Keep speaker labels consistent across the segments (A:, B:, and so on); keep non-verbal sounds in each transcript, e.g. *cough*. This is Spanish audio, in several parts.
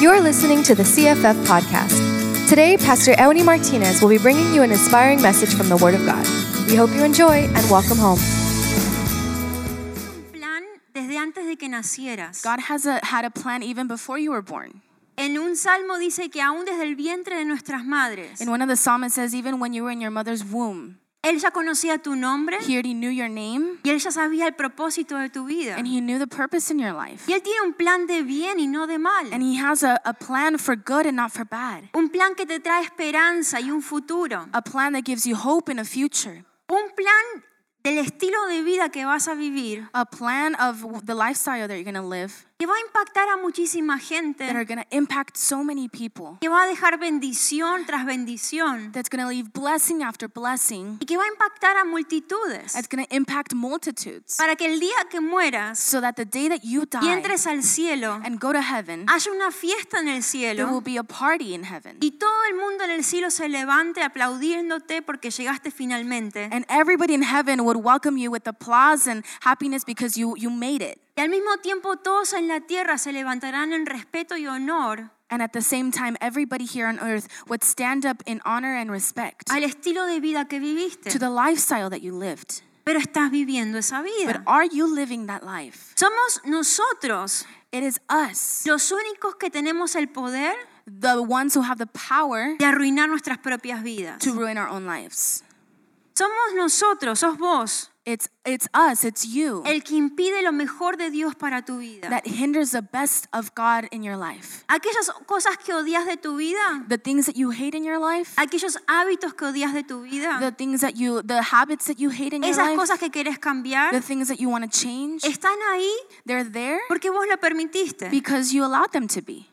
A: You're listening to the CFF podcast. Today, Pastor Euni Martinez will be bringing you an inspiring message from the Word of God. We hope you enjoy and welcome home.
B: un plan desde antes de que nacieras.
C: God has a, had a plan even before you were born.
B: En un salmo dice que aún desde el vientre de nuestras madres,
C: In one of the psalms, it says, even when you were in your mother's womb,
B: Él ya conocía tu nombre
C: He already knew your name
B: y Él ya sabía el propósito de tu vida.
C: and He knew the purpose in your life.
B: Y Él tiene un plan de bien y no de
C: And
B: mal.
C: He has a, a plan for good and not for bad,
B: Un plan que te trae esperanza y un futuro.
C: a plan that gives you hope in a future,
B: Un plan del estilo de vida que vas a vivir
C: a plan of w- the lifestyle that you're going to live
B: que va a impactar a muchísima
C: that
B: gente,
C: are going to impact so many people,
B: que va a dejar bendición tras bendición
C: that's going to leave blessing after blessing,
B: y que va a impactar a multitudes
C: that's going to impact multitudes,
B: para que el día que mueras
C: so that the day that you
B: y
C: die
B: entres al cielo,
C: and go to heaven,
B: haya una fiesta en el
C: there
B: cielo
C: will be a party in heaven.
B: y todo el mundo en el cielo se levante aplaudiéndote porque llegaste finalmente.
C: And everybody in heaven would welcome you with applause and happiness because you, you made it.
B: Y al mismo tiempo todos en la tierra se levantarán en respeto y honor
C: And at the same time, everybody here on earth would stand up in honor and respect
B: al estilo de vida que
C: to
B: viviste.
C: the lifestyle that you lived.
B: Pero estás viviendo esa
C: But
B: vida.
C: are you living that life?
B: Somos nosotros
C: It is us,
B: los únicos que tenemos el poder
C: the ones who have the power
B: de arruinar nuestras propias vidas.
C: to ruin our own lives.
B: Somos nosotros, sos vos,
C: It's, it's us, it's you
B: el que impide lo mejor de Dios para tu vida.
C: that hinders the best of God in your life.
B: Aquellas cosas que odias de tu vida,
C: The things that you hate in your life,
B: aquellos hábitos que odias de tu vida,
C: the things that you, the habits that you hate in your
B: esas
C: life,
B: cosas que quieres
C: the
B: cambiar,
C: things that you want to change,
B: están ahí
C: they're there
B: porque vos lo permitiste.
C: because you allowed them to be.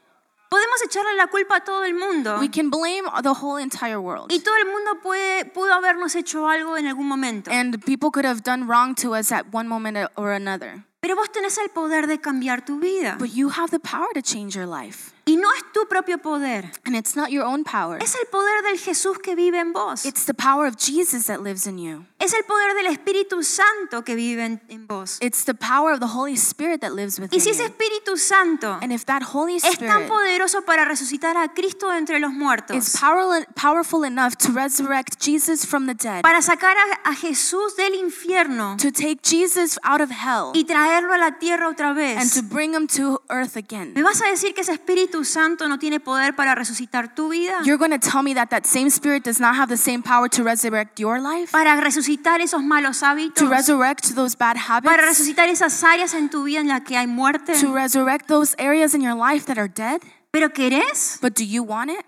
B: Podemos echarle la culpa a todo el mundo
C: We can blame the whole entire world.
B: y todo el mundo puede, pudo habernos hecho algo en algún momento,
C: And people could have done wrong to us at one moment or another.
B: pero vos tenés el poder de cambiar tu vida
C: But you have the power to change your life.
B: y no es tu propio poder,
C: And it's not your own power,
B: es el poder del Jesús que vive en vos,
C: it's the power of Jesus that lives in you.
B: es el poder del Espíritu Santo que vive en, en vos.
C: It's the power of the Holy Spirit that lives within
B: Y si ese
C: you.
B: Espíritu Santo
C: And if that Holy
B: es tan
C: Em. Spirit
B: poderoso para resucitar a Cristo de entre los muertos,
C: is power, powerful enough to resurrect Jesus from the dead,
B: para sacar a, a Jesús del infierno
C: to take Jesus out of hell,
B: y traerlo a la tierra otra
C: and to
B: vez.
C: bring him to earth
B: ¿Me
C: again,
B: vas a decir que ese Espíritu Santo no tiene poder para resucitar tu vida?
C: you're going to tell me that that same Spirit does not have the same power to resurrect your life?
B: Para resucitar esos malos hábitos,
C: to resurrect those bad
B: para
C: habits,
B: resucitar esas áreas en tu vida en las que hay muerte.
C: to resurrect those areas in your life that are dead.
B: ¿Pero querés?
C: But do you want it?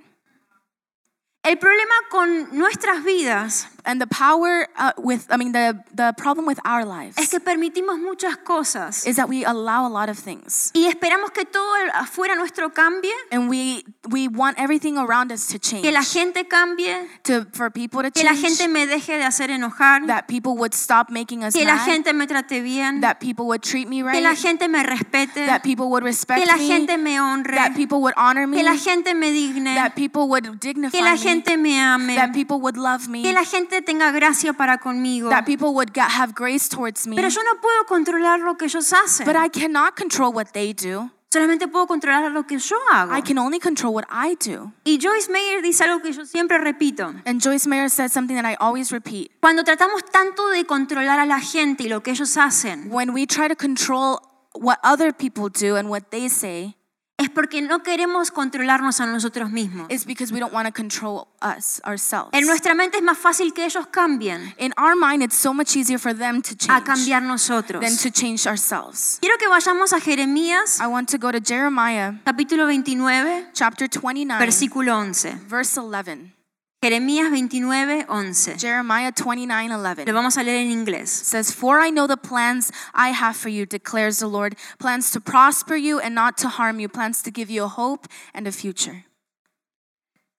B: El problema con nuestras vidas
C: And the power uh, with, I mean, the, the problem with our
B: es
C: lives
B: que permitimos muchas cosas
C: is that we allow a lot of things.
B: y esperamos que todo el- afuera nuestro cambie,
C: And we, we want everything around us to change,
B: que la gente cambie,
C: to, for people to
B: que la
C: change,
B: gente me deje de hacer enojar,
C: that people would stop making us
B: que la
C: mad,
B: gente me trate bien,
C: that people would treat me
B: que la
C: right,
B: gente me respete,
C: that people would respect
B: que la
C: me,
B: gente me honre,
C: that people would honor me,
B: que la gente me digne,
C: Mm. that people would
B: que
C: dignify
B: la
C: me,
B: gente me ame,
C: that people would love me,
B: que la gente tenga gracia para conmigo.
C: that people would get, have grace towards me.
B: Pero yo no puedo controlar lo que ellos hacen, *laughs*
C: But I cannot control what they do.
B: solamente puedo controlar lo que yo hago.
C: I can only control what I do.
B: Y Joyce Meyer dice algo que yo siempre repito.
C: And Joyce Meyer said something that I always repeat.
B: Cuando tratamos tanto de controlar a la gente y lo que ellos hacen,
C: When we try to control what other people do and what they say,
B: es porque no queremos controlarnos a nosotros mismos.
C: it's because we don't want to control us, ourselves.
B: En nuestra mente es más fácil que ellos cambien
C: In our mind, it's so much easier for them to
B: a
C: change
B: cambiar nosotros.
C: than to change ourselves.
B: Quiero que vayamos a Jeremías,
C: I want to go to Jeremiah
B: capítulo 29,
C: chapter 29,
B: versículo 11.
C: verse 11.
B: Jeremías 29, 11.
C: Jeremiah 29, 11.
B: Lo vamos a leer en inglés.
C: says, For I know the plans I have for you, declares the Lord plans to prosper you and not to harm you, plans to give you a hope and a future.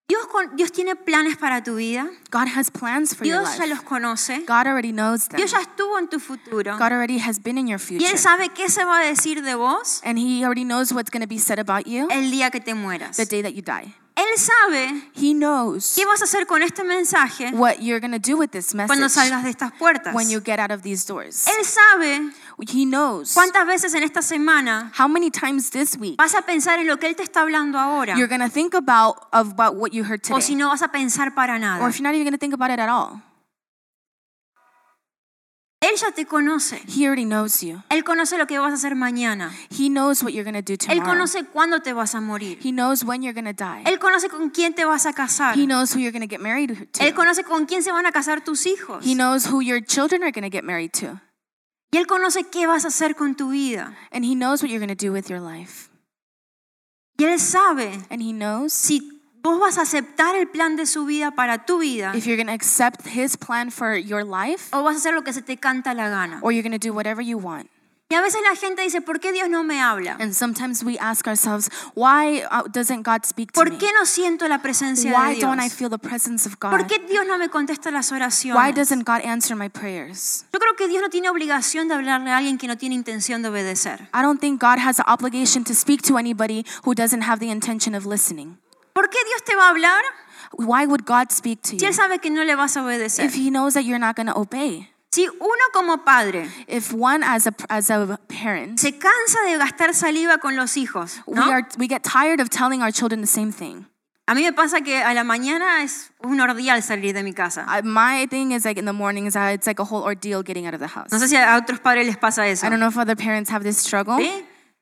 B: Dios, con- Dios tiene planes para tu vida.
C: God has plans for your
B: Dios ya los
C: life.
B: conoce.
C: God already knows them.
B: Dios ya estuvo en tu futuro.
C: God already has been in your
B: Y Él
C: future.
B: sabe qué se va a decir de vos
C: And He already knows what's going to be said about you
B: el día que te mueras.
C: the day that you die.
B: Él sabe
C: He knows
B: qué vas a hacer con este mensaje
C: what you're going to do with this
B: cuando
C: message
B: salgas de estas puertas.
C: when you get out of these doors.
B: Él sabe
C: He knows
B: cuántas veces en esta semana
C: how many times this week
B: vas a pensar en lo que Él te está hablando ahora
C: you're going to think about of about what you heard
B: o si
C: today
B: no vas a pensar para nada.
C: or if you're not even going to think about it at all.
B: Él ya te conoce.
C: He already knows you.
B: Él conoce lo que vas a hacer mañana.
C: He knows what you're going to do
B: Él
C: tomorrow.
B: conoce cuándo te vas a morir.
C: He knows when you're going to die.
B: Él conoce con quién te vas a casar.
C: He knows who you're going to get married
B: Él
C: to.
B: conoce con quién se van a casar tus hijos.
C: He knows who your children are going to get married to.
B: Y Él conoce qué vas a hacer con tu vida.
C: And he knows what you're going to do with your life.
B: Y Él sabe
C: And he knows
B: si vos vas a aceptar el plan de su vida para tu vida
C: if you're going to accept his plan for your life
B: o vas a hacer lo que se te canta la gana.
C: or you're going to do whatever you want.
B: Y a veces la gente dice, ¿por qué Dios no me habla?
C: And sometimes we ask ourselves, why uh, doesn't God speak to
B: ¿Por
C: me?
B: qué no siento la presencia de
C: Why don't I
B: Dios?
C: feel the presence of
B: ¿Por
C: God?
B: qué Dios no me contesta las
C: Why
B: oraciones?
C: doesn't God answer my prayers?
B: Yo creo que Dios no tiene obligación de hablarle a alguien que no tiene intención de obedecer.
C: I don't think God has the obligation to speak to anybody who doesn't have the intention of listening.
B: ¿Por qué Dios te va a hablar
C: Why would God speak to
B: si
C: you
B: Él sabe que no le vas a obedecer?
C: if he knows that you're not going to obey?
B: Si uno como padre
C: If one as a as a parent,
B: se cansa de gastar saliva con los hijos, ¿no?
C: we are we get tired of telling our children the same thing.
B: A mí me pasa que a la mañana es un ordial salir de mi casa.
C: I, my thing is like in the mornings, I, it's like a whole ordeal getting out of the house.
B: No sé si a otros padres les pasa eso.
C: I don't know if other parents have this struggle.
B: ¿Sí?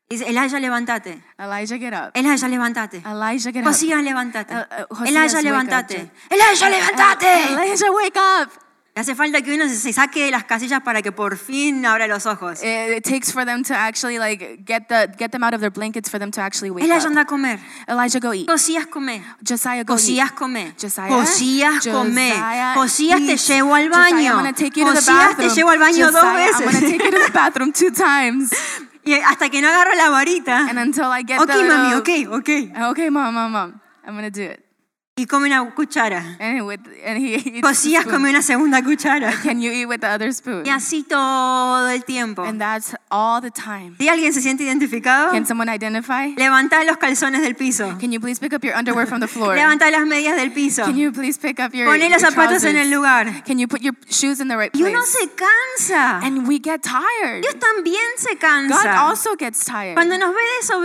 B: Dice, Elaya, levántate.
C: Elijah, get up.
B: Elaya, levántate.
C: Elijah, get up.
B: Josías, levántate.
C: Eh, eh, Josías,
B: Elaya,
C: wake
B: levántate.
C: up. Uh,
B: Elaya,
C: *laughs*
B: levántate.
C: Elijah, wake up.
B: Y Hace falta que uno se- se saque de las casillas para que por fin abra los ojos.
C: It, it takes for them to actually like get the get them out of their blankets for them to actually wake
B: Elaya, anda
C: up.
B: a comer.
C: Elijah, go eat.
B: Josías, come.
C: Josiah, go eat.
B: Josías, come.
C: Josiah,
B: Josías, come.
C: Josiah,
B: Josías, te
C: eat.
B: llevo al
C: Josiah,
B: baño.
C: I'm gonna take you to the
B: Josías, te
C: bathroom.
B: llevo al baño dos
C: Josiah, I'm gonna take
B: veces.
C: you to the bathroom two times.
B: *laughs* Y hasta que no agarro la varita.
C: And until I get
B: Ok,
C: the
B: mami,
C: little-
B: ok, ok.
C: Okay, mom, mom, mom. I'm gonna do it.
B: Y come una cuchara.
C: And with and he eats the
B: Josías
C: spoon.
B: come una segunda cuchara.
C: Can you eat with the other spoon?
B: Y así todo el tiempo.
C: And that's all the time.
B: Si alguien se siente identificado,
C: Can someone identify?
B: levanta los calzones del piso.
C: Can you please pick up your underwear from the floor?
B: Levanta las medias del piso.
C: Can you please pick up your,
B: Poné
C: your
B: los zapatos en el
C: trousers?
B: lugar.
C: Can you put your shoes in the right
B: Y uno
C: place?
B: se cansa.
C: And we get tired.
B: Dios también se
C: God
B: cansa.
C: also gets tired.
B: Cuando nos ve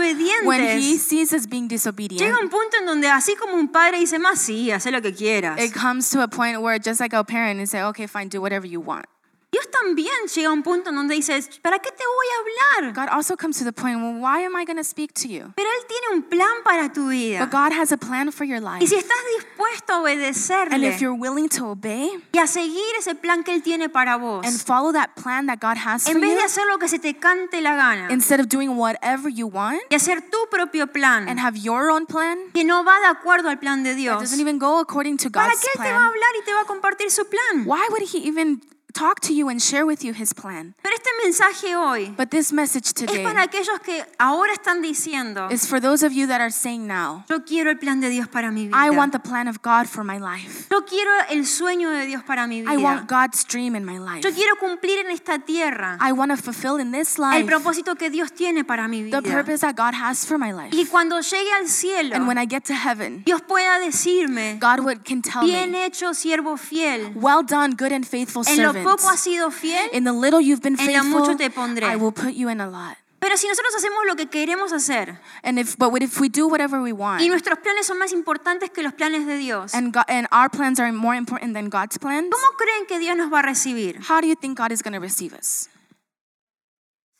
C: When he
B: desobedientes,
C: sees us being
B: llega
C: disobedient,
B: un punto en donde así como un padre dice, más sí, haz lo que quieras.
C: it comes to a point where just like our parent and say, okay, fine, do whatever you want.
B: Dios también llega a un punto en donde dice, ¿para qué te voy a hablar?
C: God also comes to the point, well, why am I going to speak to you?
B: Pero Él tiene un plan para tu vida.
C: But God has a plan for your
B: Y
C: life.
B: si estás dispuesto a
C: And if
B: obedecerle
C: you're willing to obey
B: y a seguir ese plan que Él tiene para vos,
C: and follow that plan that God has for
B: en vez de
C: you,
B: hacer lo que se te cante la gana
C: instead of doing whatever you want
B: y hacer tu propio
C: and
B: plan
C: have your own plan,
B: que no va de acuerdo al plan de
C: that
B: Mm. Dios,
C: doesn't even go according to
B: ¿para
C: God's
B: qué Él te va a
C: plan.
B: hablar y te va a compartir su plan?
C: Why would he even talk to you and share with you his plan?
B: Pero este mensaje hoy
C: But this message
B: es
C: today
B: para aquellos que ahora están diciendo,
C: is for those of you that are saying now,
B: yo quiero el plan de Dios para mi
C: I want
B: vida.
C: the plan of God for my life.
B: Yo quiero el sueño de Dios para mi
C: I want
B: vida.
C: God's dream in my life.
B: Yo quiero cumplir en esta tierra
C: I want to fulfill in this
B: el
C: life
B: propósito que Dios tiene para mi
C: the
B: vida.
C: purpose that God has for my life.
B: Y cuando llegue al cielo,
C: And when I get to heaven,
B: Dios pueda decirme,
C: God would can tell
B: bien
C: me,
B: hecho siervo fiel,
C: "Well done, good and faithful
B: en lo
C: servant.
B: poco has sido fiel,
C: In the little you've been
B: en lo mucho
C: faithful,
B: te pondré."
C: I will put you in a lot."
B: pero si nosotros hacemos lo que queremos hacer
C: And if but what if we do whatever we want,
B: y nuestros planes son más importantes que los planes de Dios,
C: and God, and our plans are more important than God's plans,
B: ¿cómo creen que Dios nos va a recibir?
C: how do you think God is going to receive us?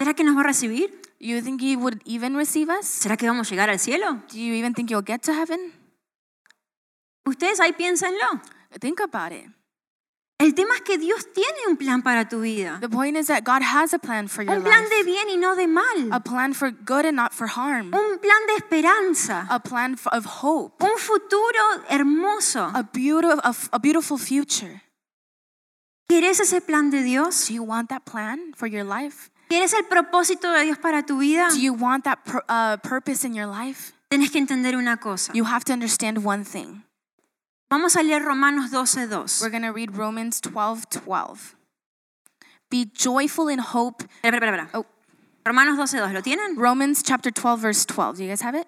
B: ¿Será que nos va a recibir?
C: You think He would even receive us?
B: ¿Será que vamos a llegar al cielo?
C: Do you even think you'll get to heaven?
B: Ustedes ahí piénsenlo.
C: Think about it.
B: El tema es que Dios tiene un plan para tu vida.
C: The point is that God has a plan for your
B: Un plan
C: life,
B: de bien y no de
C: a
B: mal.
C: plan for good and not for harm,
B: Un plan de esperanza.
C: a plan f of hope,
B: Un futuro hermoso.
C: a beautiful, a, f- a beautiful future.
B: ¿Quieres ese plan de Dios?
C: Do you want that plan for your life?
B: ¿Quieres el propósito de Dios para tu vida?
C: Do you want that pur- uh, purpose in your life?
B: Tenés que entender una cosa.
C: You have to understand one thing.
B: Vamos a leer Romanos
C: We're
B: 12.2.
C: going to read Romans 12 12. Be joyful in hope.
B: Eh, Espera, espera, espera.
C: Oh,
B: Romanos 12.2, ¿lo tienen?
C: Romans chapter 12, verse 12. Do you guys have it?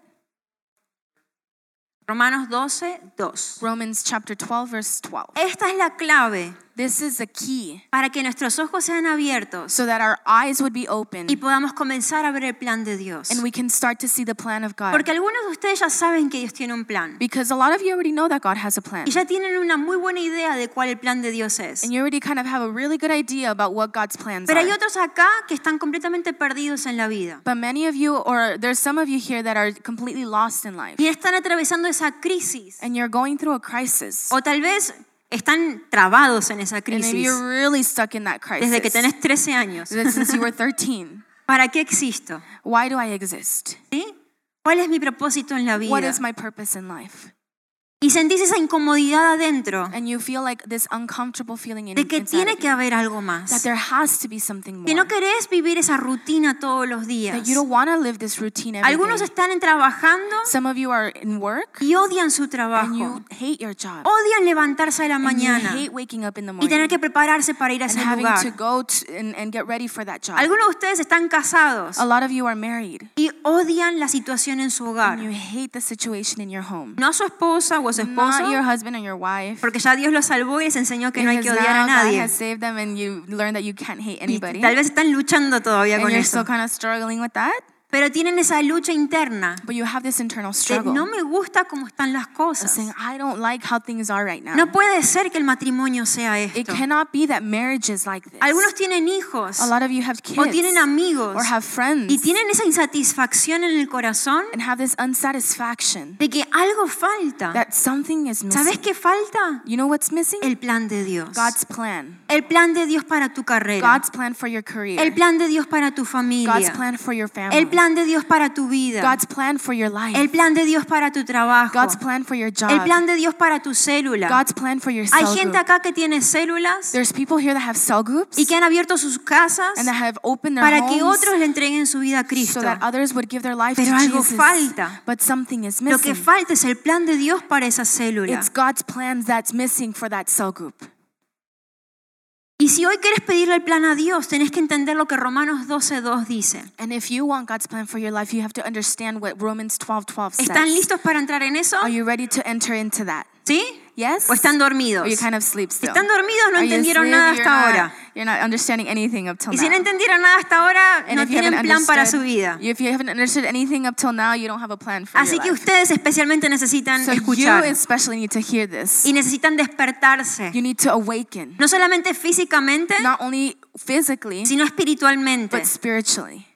B: Romanos 12, 2.
C: Romans chapter 12, verse 12.
B: Esta es la clave
C: This is the key
B: para que nuestros ojos sean abiertos
C: so that our eyes would be open
B: y podamos comenzar a ver el plan de Dios.
C: and we can start to see the plan of God.
B: Porque algunos de ustedes ya saben que Dios tiene un plan
C: Because a lot of you already know that God has a plan.
B: y ya tienen una muy buena idea de cuál el plan de Dios es.
C: And you already kind of have a really good idea about what God's plans
B: Pero hay
C: are.
B: otros acá que están completamente perdidos en la vida
C: But many of you, or there's some of you here that are completely lost in life.
B: y están atravesando esa crisis
C: And you're going through a crisis.
B: o tal vez están trabados en esa
C: And maybe
B: crisis
C: you're really stuck in that crisis.
B: desde que
C: *laughs*
B: tenés 13 años. *laughs*
C: Since you were 13.
B: ¿Para qué existo?
C: Why do I exist?
B: ¿Sí? ¿Cuál es mi propósito en la
C: What
B: vida?
C: is my purpose in life?
B: Y sentís esa incomodidad adentro
C: And you feel like this uncomfortable feeling in,
B: de que
C: inside
B: tiene
C: of
B: que
C: you,
B: haber algo
C: that
B: más.
C: there has to be something more.
B: Que no querés vivir esa rutina todos los días.
C: that you don't want to live this routine every
B: Algunos
C: day.
B: están en- trabajando
C: Some of you are in work
B: y odian su
C: and you
B: trabajo.
C: hate your job.
B: *laughs* Odian levantarse a la
C: and
B: mañana
C: You hate waking up in the
B: y
C: morning
B: tener que prepararse para ir a
C: and
B: ese
C: having to
B: lugar.
C: go to, and, and get ready for that job.
B: Algunos de ustedes están casados
C: A lot of you are married
B: y odian la situación en su hogar.
C: and you hate the situation in your home.
B: No a su esposa o a su esposo,
C: Not your husband or your wife.
B: porque ya Dios los salvó y les enseñó que no hay que
C: because
B: odiar a
C: now God
B: nadie.
C: has saved them and you learn that you can't hate
B: Y
C: anybody.
B: tal vez están luchando todavía
C: and
B: con
C: you're still
B: eso.
C: kind of struggling with that.
B: Pero tienen esa lucha interna
C: But you have this internal
B: de
C: struggle
B: no me gusta cómo están las
C: of
B: cosas.
C: saying, I don't like how things are right now.
B: No puede ser que el matrimonio sea
C: It
B: esto.
C: cannot be that marriage is like this.
B: Algunos tienen hijos
C: a lot of you have kids
B: o tienen amigos
C: or have friends
B: y tienen esa insatisfacción en el corazón
C: and have this unsatisfaction
B: de que algo falta.
C: that something is missing.
B: Ah. ¿Sabes qué falta?
C: You know what's missing?
B: El plan de Dios.
C: God's plan.
B: El plan de Dios para tu carrera.
C: God's plan for your career.
B: El plan de Dios para tu
C: God's
B: familia.
C: plan for your family.
B: El plan de Dios para tu vida.
C: God's plan for your life.
B: El plan de Dios para tu trabajo.
C: God's plan for your job.
B: El plan de Dios para tu célula.
C: God's plan for your
B: Hay
C: cell
B: gente
C: group.
B: acá que tiene células
C: There's people here that have cell groups
B: y que han abierto sus casas
C: and that have opened their
B: para que
C: homes
B: otros le entreguen su vida a Cristo.
C: so that others would give their life
B: Pero
C: to
B: algo
C: Jesus.
B: falta.
C: But something is
B: Lo que
C: missing.
B: falta es el plan de Dios para esa célula.
C: It's God's plan that's missing for that cell group.
B: Y si hoy quieres pedirle el plan a Dios, tenés que entender lo que Romanos 12.2 dice.
C: And if you want God's plan for your life, you have to understand what Romans 12:12 says.
B: ¿Están listos para entrar en eso?
C: Are you ready to enter into that?
B: ¿Sí?
C: Yes?
B: ¿O están dormidos?
C: Or you kind of sleep still?
B: Están dormidos, *laughs* no
C: Are you
B: entendieron
C: asleep?
B: nada
C: You're
B: hasta
C: not-
B: ahora.
C: You're not understanding anything up till
B: Y
C: now.
B: si no entendieron nada hasta ahora,
C: And
B: no
C: if you haven't
B: tienen plan para su
C: understood-
B: vida.
C: If you haven't understood anything up till now, you don't have a plan for
B: Así
C: your
B: que
C: life.
B: ustedes especialmente necesitan
C: So
B: escuchar
C: you especially need to hear this.
B: y necesitan despertarse,
C: You need to awaken,
B: no solamente físicamente,
C: not only physically,
B: sino espiritualmente.
C: but spiritually.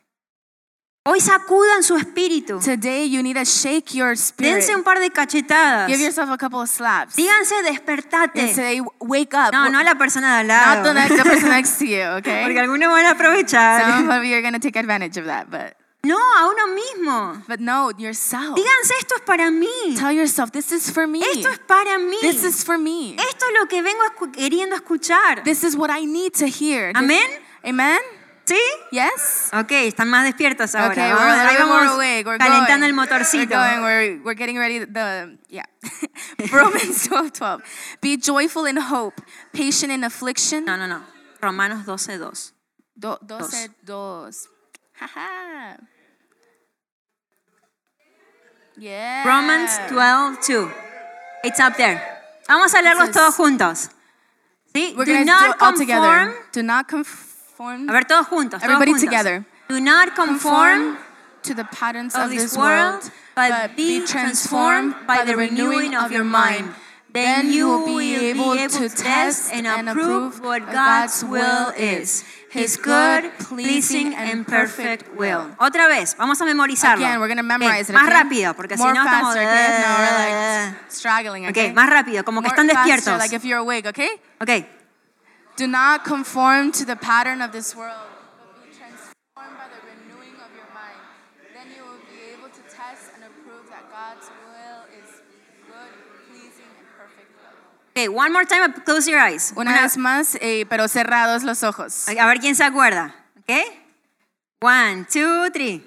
B: Hoy sacudan su espíritu,
C: Today, you need to shake your spirit.
B: dense un par de cachetadas,
C: Give yourself a couple of slaps.
B: díganse
C: And
B: despertate.
C: say, wake up.
B: No, no a la persona de al lado,
C: Not
B: *laughs*
C: the, next, the person next to you, okay?
B: porque algunos van a aprovechar.
C: Some of you are going to take advantage of that, but
B: No, a uno mismo.
C: but no, yourself.
B: Díganse esto es para mí,
C: Tell yourself, this is for me.
B: esto es para mí,
C: This
B: esto
C: is for me.
B: es lo que vengo escu- queriendo escuchar.
C: This is what I need to hear. This-
B: Amén.
C: Amen?
B: ¿Sí?
C: Yes?
B: Ok, están más despiertas ahora.
C: Okay,
B: Vamos,
C: we're a
B: ahí
C: little more
B: vamos
C: awake. We're
B: calentando
C: going.
B: el motorcito.
C: We're going. We're, we're getting ready. The yeah, *laughs* Romans *laughs* 12, 12. Be joyful in hope, patient in affliction.
B: No, no, no. Romanos 12, 2.
C: Do, doce, dos. Haha. Yeah.
B: Romans 12, 2. It's up there. Vamos a leerlos
C: Entonces,
B: todos juntos. ¿Sí?
C: We're
B: do
C: gonna do
B: not
C: it all
B: conform.
C: together. Do not conform.
B: A ver, todos juntos. todos
C: Everybody
B: juntos.
C: together.
B: Do not conform
C: to the patterns
B: of
C: of
B: this
C: this
B: world,
C: world,
B: but be transformed by the renewing of your mind. Then you will be able to test and approve what
C: of
B: God's will is. His good, pleasing and perfect will. Otra vez, vamos a memorizarlo.
C: Again, we're going to
B: Ok,
C: memorize it.
B: Más
C: okay?
B: rápido, porque si
C: More
B: no estamos... eh.
C: faster, okay? No, we're like straggling. Okay,
B: Ok, más rápido, como que
C: More
B: están
C: faster,
B: despiertos.
C: Like if you're awake, okay?
B: Ok.
C: Do not conform to the pattern of this world, but be transformed by the renewing of your mind. Then you will be able to test and approve that God's will is good, pleasing, and perfect. will.
B: Ok, one more time, close your eyes.
C: Una vez más, eh, pero cerrados los ojos.
B: A ver quién se acuerda. ¿Ok? One, two, three.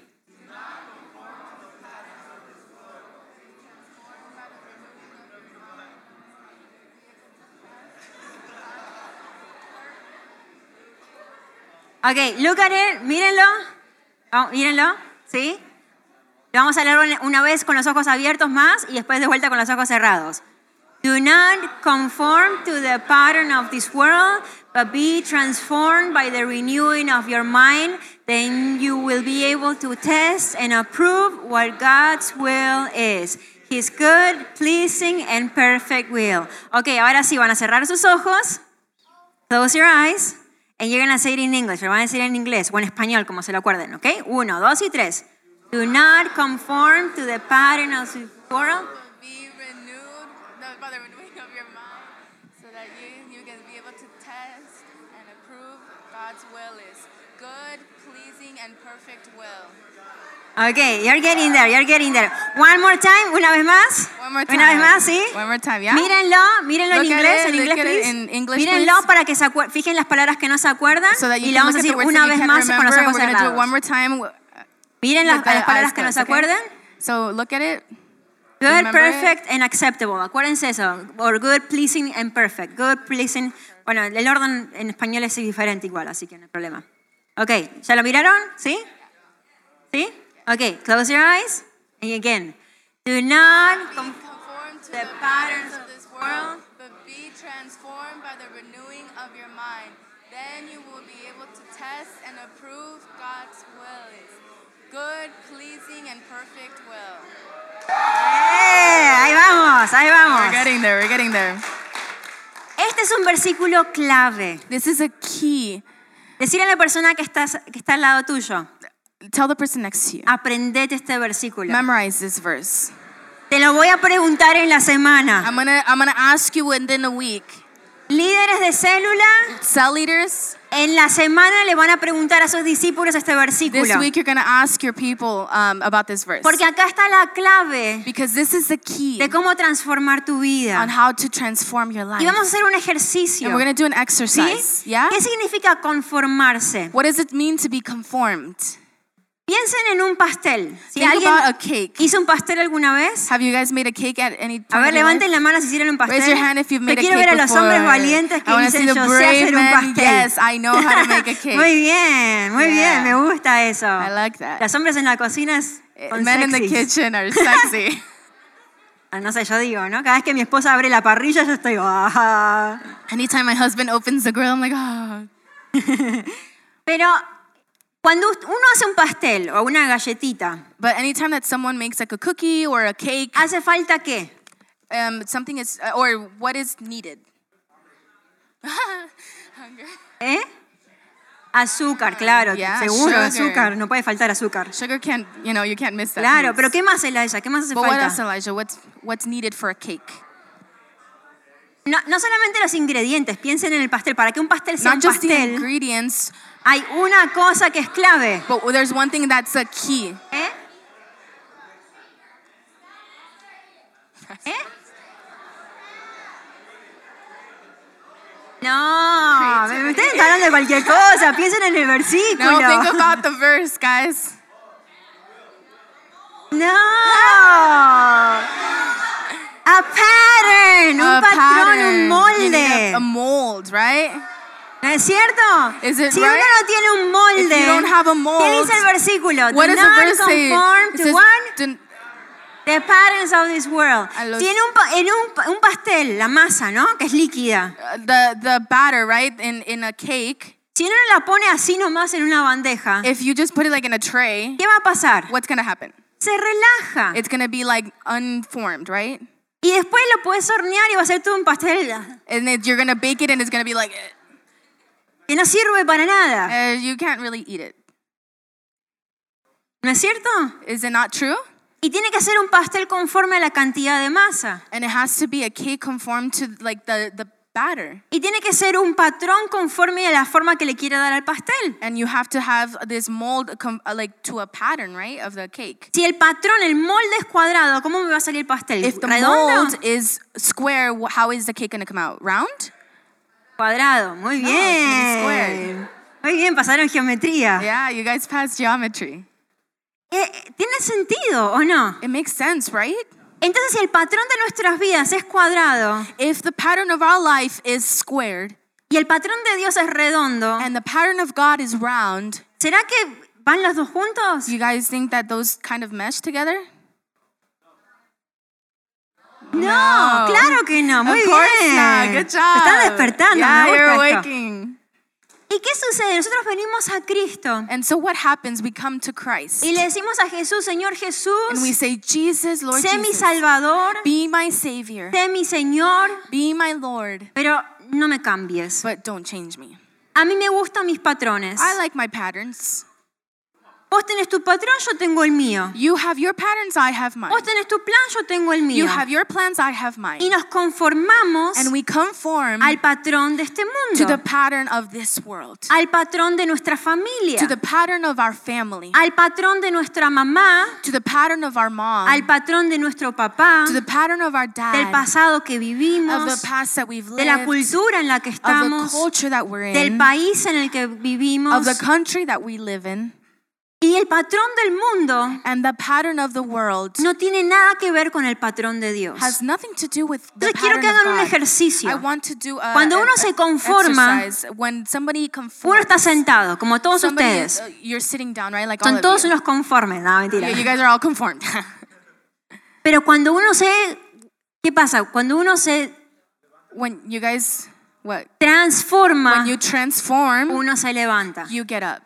B: Ok, look at it, mírenlo. Oh, mírenlo, ¿sí? Lo vamos a leer una vez con los ojos abiertos más y después de vuelta con los ojos cerrados. Do not conform to the pattern of this world, but be transformed by the renewing of your mind. Then you will be able to test and approve what God's will is. His good, pleasing, and perfect will. Ok, ahora sí, van a cerrar sus ojos. Close your eyes. And you're going to say it in English. Lo van a decir en inglés o en español, como se lo acuerden, ¿ok? Uno, dos y tres. Do not conform to the pattern of this world.
C: be renewed no, by the renewing of your mind so that you, you can be able to test and approve God's will is good, pleasing, and perfect will.
B: Okay, you're getting there, you're getting there. One more time, una vez más.
C: One more
B: Una vez
C: time.
B: más, ¿sí?
C: One more time, yeah.
B: Mírenlo, mírenlo en
C: Look at
B: inglés,
C: it,
B: en
C: look
B: inglés,
C: at it
B: please.
C: in English,
B: mírenlo
C: please.
B: para que se acuer- fijen las palabras que no se acuerdan
C: So that you
B: y lo
C: can
B: vamos
C: look
B: a
C: at the
B: decir
C: words
B: una
C: that you
B: vez
C: can't
B: más con
C: remember
B: los
C: and
B: ojos
C: we're going to do it one
B: cerrados.
C: more time w-
B: Miren las
C: with the
B: las palabras
C: eyes
B: que no
C: closed,
B: se
C: okay?
B: acuerdan.
C: So look at it.
B: Good,
C: Remember it.
B: perfect and acceptable. Acuérdense eso. Or good, pleasing and perfect. Good, pleasing. Bueno, el orden en español es diferente igual, así que no hay problema. Ok, ¿ya lo miraron? ¿Sí? ¿Sí? Ok, close your eyes. And again. Do not
C: Be
B: conform
C: conformed to
B: The
C: the,
B: patterns
C: patterns of this world, but be transformed by the renewing of your mind. Then you will be able to test and approve God's will is good, pleasing, and perfect will.
B: ¡Eh! Ahí vamos, ahí vamos.
C: there. We're getting there.
B: Este es un versículo clave.
C: This is a key.
B: Decirle a la persona que, estás, que está al lado tuyo,
C: Tell the person next to you.
B: aprendete este versículo.
C: Memorize this verse.
B: Te lo voy a preguntar en la semana.
C: I'm gonna I'm gonna ask you within a week.
B: Líderes de célula,
C: Cell leaders,
B: en la semana le van a preguntar a sus discípulos este
C: this
B: versículo.
C: week you're gonna ask your people um, about this verse.
B: Porque acá está la clave
C: Because this is the key
B: de cómo transformar tu
C: on
B: vida.
C: how to transform your life.
B: Y vamos a hacer un
C: And
B: ejercicio.
C: we're gonna do an
B: ¿sí?
C: exercise. Yeah?
B: ¿Qué significa conformarse?
C: What does it mean to be conformed?
B: Piensen en un pastel. Si
C: Think
B: alguien
C: about a cake.
B: ¿Hizo un pastel alguna vez?
C: Have you guys made a cake at any
B: A ver,
C: point? in your life?
B: levanten la mano si hicieron un pastel.
C: Raise your hand if you've made
B: Yo
C: a
B: quiero
C: cake
B: ver a los
C: before.
B: hombres valientes que
C: I wanna
B: dicen
C: see the
B: yo sé hacer
C: brave
B: un
C: men.
B: pastel.
C: Yes, I know how to make
B: *laughs*
C: a cake.
B: muy bien, muy bien,
C: Yeah.
B: me gusta eso.
C: I like that. Eh,
B: Los hombres en la cocina es son
C: Men in the
B: sexys.
C: kitchen
B: *laughs*
C: are sexy.
B: Ah, No sé, yo digo, ¿no? Cada vez que mi esposa abre la parrilla yo estoy... "Ah".
C: Anytime my husband opens the grill, I'm like, oh.
B: Pero cuando uno hace un pastel o una galletita,
C: But anytime that someone makes like a cookie or a cake,
B: ¿hace falta qué?
C: um, something is, or what is needed? Hunger.
B: ¿Eh? Azúcar, claro,
C: Yeah,
B: seguro,
C: sugar.
B: azúcar, no puede faltar azúcar.
C: Sugar can't, you know, you can't miss that.
B: Claro,
C: piece.
B: pero ¿qué más, Elijah? ¿Qué más hace
C: But what else,
B: falta?
C: Elijah? What's, what's needed for a cake?
B: No, no solamente los ingredientes, piensen en el pastel. Para que un pastel sea
C: Not
B: un
C: just the
B: pastel,
C: ingredients,
B: Hay una cosa que es clave.
C: but there's one thing that's a key.
B: ¿Eh? ¿Eh? No, me, me están hablando de cualquier cosa. Piensen en el
C: No, think
B: versículo.
C: about the
B: *laughs*
C: verse, guys.
B: No.
C: *laughs*
B: A pattern, un
C: a
B: patrón,
C: pattern.
B: un
C: You
B: molde.
C: need A, a mold, right?
B: ¿No es cierto?
C: Is it
B: si
C: right?
B: uno no tiene un molde,
C: If you don't have a
B: ¿qué dice el
C: mold,
B: versículo?
C: What
B: Do
C: does
B: not
C: the verse say?
B: conform
C: It
B: to
C: says,
B: one
C: "Do-
B: The patterns of this world.
C: A los-
B: Tiene un, pa- en un, pa- un pastel, la masa, ¿no? Que es líquida.
C: uh, the the batter, right? In in a cake.
B: Si uno la pone así nomás en una bandeja,
C: If you just put it like in a tray,
B: ¿qué va a pasar?
C: what's gonna happen?
B: Se relaja.
C: It's gonna be like unformed, right?
B: Y después lo puedes hornear y va a ser todo un pastel
C: And it, you're gonna bake it, and it's gonna be like eh,
B: que no sirve para nada.
C: uh, you can't really eat it.
B: ¿No es cierto?
C: Is it not true?
B: Y tiene que ser un pastel conforme a la cantidad de masa.
C: And it has to be a cake conformed to like the the batter,
B: Y tiene que ser un patrón conforme a la forma que le quiere dar al pastel.
C: and you have to have this mold com- uh, like to a pattern, right, of the cake.
B: Si el patrón, el molde es cuadrado, ¿cómo me va a salir el pastel?
C: If the
B: ¿Redondo?
C: mold is square, wh- how is the cake gonna come out? Round?
B: Cuadrado, muy
C: No, it's
B: bien.
C: squared.
B: Muy bien, pasaron geometría.
C: Yeah, you guys passed geometry.
B: Eh, eh, ¿Tiene sentido o no?
C: It makes sense, right?
B: Entonces, si el patrón de nuestras vidas es cuadrado
C: If the pattern of our life is squared
B: y el patrón de Dios es redondo,
C: and the pattern of God is round,
B: ¿será que ¿Van los dos juntos?
C: Do you guys think that those kind of mesh together?
B: No, claro que no. Muy
C: of course
B: bien.
C: not. Good job.
B: Estás despertando.
C: Yeah,
B: me
C: you're
B: gusta esto.
C: awaking.
B: ¿Y qué sucede? Nosotros venimos a Cristo
C: And so what happens? We come to Christ.
B: y le decimos a Jesús, Señor Jesús,
C: And we say, Jesus, Lord
B: sé mi
C: Jesus,
B: Salvador,
C: be my Savior,
B: sé mi Señor,
C: be my Lord,
B: pero no me cambies.
C: but don't change me.
B: A mí me gustan mis patrones.
C: I like my patterns.
B: Vos tenés tu patrón, yo tengo el mío.
C: You have your patterns, I have mine.
B: Vos tenés tu plan, yo tengo el mío.
C: You have your plans, I have mine.
B: Y nos conformamos
C: And we conform
B: al patrón de este
C: to the
B: mundo,
C: pattern of this world,
B: al patrón de nuestra
C: to
B: familia,
C: the pattern of our family,
B: al patrón de nuestra mamá,
C: to the pattern of our mom,
B: al patrón de nuestro papá,
C: to the pattern of our
B: del
C: dad,
B: pasado que
C: of the
B: vivimos,
C: past that we've
B: de la
C: lived,
B: cultura en la que
C: of the
B: estamos,
C: culture that we're
B: del
C: in,
B: país en el que
C: of
B: vivimos
C: the country that we live in,
B: y el patrón del mundo
C: and the pattern of the world
B: no tiene nada que ver con el patrón de Dios.
C: has nothing to do with the
B: Entonces, quiero
C: pattern
B: que hagan un
C: of God. I
B: ejercicio.
C: want to do a,
B: Cuando
C: an-
B: uno se
C: a-
B: conforma,
C: exercise. when somebody
B: Uno
C: conforms,
B: está sentado, como todos
C: somebody-
B: ustedes.
C: uh, you're sitting down, right? Like all
B: Son
C: of
B: todos
C: you.
B: unos conformes, no, mentira.
C: You- you guys are all conformed. *laughs*
B: Pero cuando uno se... ¿Qué pasa? Cuando uno se
C: when you guys what?
B: transforma,
C: When you transform,
B: uno se levanta.
C: you get up.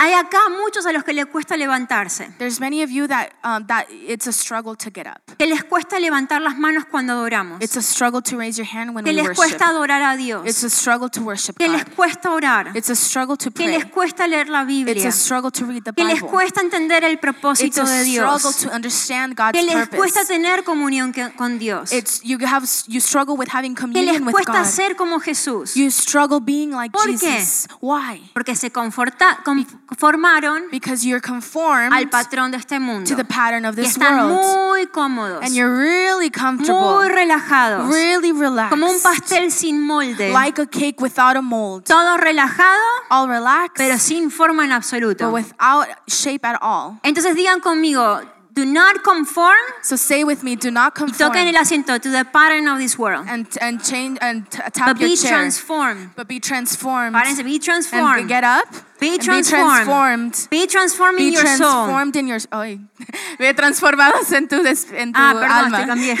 B: Hay acá muchos a los que les cuesta levantarse,
C: There's many of you that um, that it's a struggle to get up.
B: que les cuesta levantar las manos cuando adoramos,
C: It's a struggle to raise your hand when
B: que
C: we
B: les
C: worship.
B: cuesta adorar a
C: It's
B: Dios,
C: a struggle to worship
B: que les
C: God.
B: cuesta orar,
C: It's a struggle to
B: que
C: pray.
B: les cuesta leer la
C: It's
B: Biblia,
C: a struggle to read the
B: que les
C: Bible.
B: cuesta entender el
C: It's
B: propósito
C: a
B: de
C: struggle
B: Dios,
C: to understand God's
B: que les cuesta
C: purpose.
B: tener comunión que- con Dios, que
C: It's you have you struggle with having
B: les
C: communion with
B: cuesta
C: God.
B: ser como Jesús,
C: You struggle being like
B: ¿Por qué?
C: Jesus. Why?
B: porque se conforta- conformaron
C: Because you're conformed
B: al patrón de este mundo
C: to the pattern of
B: y
C: this
B: están
C: world,
B: muy cómodos,
C: and you're really comfortable,
B: muy relajados,
C: really relaxed,
B: como un pastel sin molde,
C: like a cake without a mold,
B: todo relajado,
C: all relaxed,
B: pero sin forma en
C: but
B: absoluto.
C: without shape at all.
B: Entonces digan conmigo, do not conform
C: So say with me, do not
B: y toquen el
C: conform
B: asiento to the pattern of this world,
C: and and change and t-
B: but
C: tap your
B: be
C: chair,
B: transformed.
C: but be transformed
B: Párense, be
C: and
B: transformed.
C: get up.
B: Be
C: and
B: transformed. Be
C: Be transformed.
B: transformed in
C: Be
B: your soul.
C: transformed in your ay, *laughs* ve transformados en tu, des- en tu
B: Ah, perdón, te
C: alma.
B: cambié.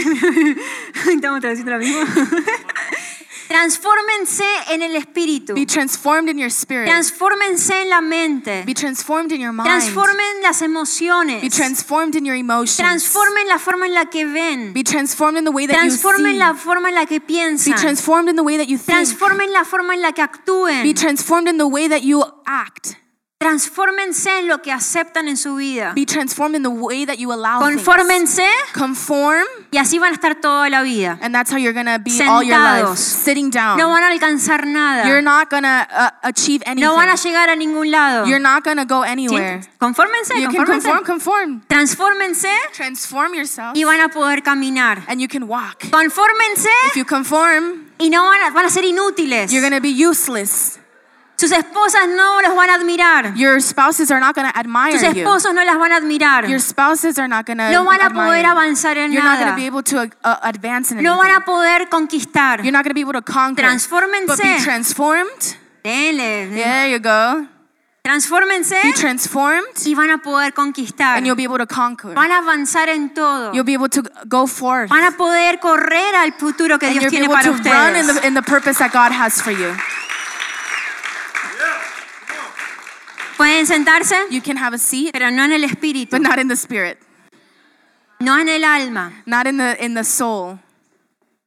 B: *laughs* Estamos traduciendo lo
C: *laughs*
B: mismo. Transfórmense en el espíritu.
C: Be transformed in your spirit.
B: Transfórmense en la mente.
C: Be transformed in your mind.
B: Transformen las
C: Be
B: emociones.
C: transformed in your emotions.
B: Transformen la forma en la que ven.
C: Be transformed in the way that you see.
B: Transformen la forma en la que
C: Be
B: piensan.
C: transformed in the way that you think.
B: Transformen la forma en la que
C: Be
B: actúen.
C: transformed in the way that you act.
B: Transfórmense en lo que aceptan en su vida.
C: Be transformed in the way that you allow things.
B: Confórmense
C: Conform,
B: y así van a estar toda la vida.
C: and that's how you're gonna be all your
B: Sentados.
C: life. Sitting down.
B: No van a alcanzar nada.
C: you're not gonna uh, achieve anything.
B: No van a llegar a ningún lado.
C: you're not gonna go anywhere.
B: ¿Sí? Confórmense,
C: You can
B: confórmense.
C: conform, conform.
B: Transfórmense
C: Transform yourself,
B: y van a poder caminar.
C: and you can walk.
B: Confórmense
C: If you conform,
B: y no van a, van a ser inútiles.
C: you're gonna be useless.
B: Sus esposas no los van a admirar.
C: Your spouses are not gonna admire
B: Sus
C: you.
B: esposos no las van a admirar.
C: Your spouses are not gonna.
B: No van a
C: admire
B: poder
C: you.
B: avanzar en
C: You're not going to
B: nada.
C: be able to uh, advance in
B: No van
C: anything.
B: a poder conquistar.
C: You're not going to be able to conquer. But be
B: Transfórmense.
C: transformed.
B: Dele.
C: There you go.
B: Transfórmense
C: Be transformed,
B: y van a poder conquistar.
C: and you'll be able to conquer.
B: Van a avanzar en todo.
C: You'll be able to go forth.
B: Van a poder correr al futuro que
C: And
B: Dios
C: you'll be
B: tiene
C: able
B: para
C: to run in
B: ustedes.
C: the, in the purpose that God has for you.
B: Pueden sentarse,
C: You can have a seat,
B: pero no en el espíritu,
C: but not in the spirit,
B: no en el alma.
C: not in the in the soul.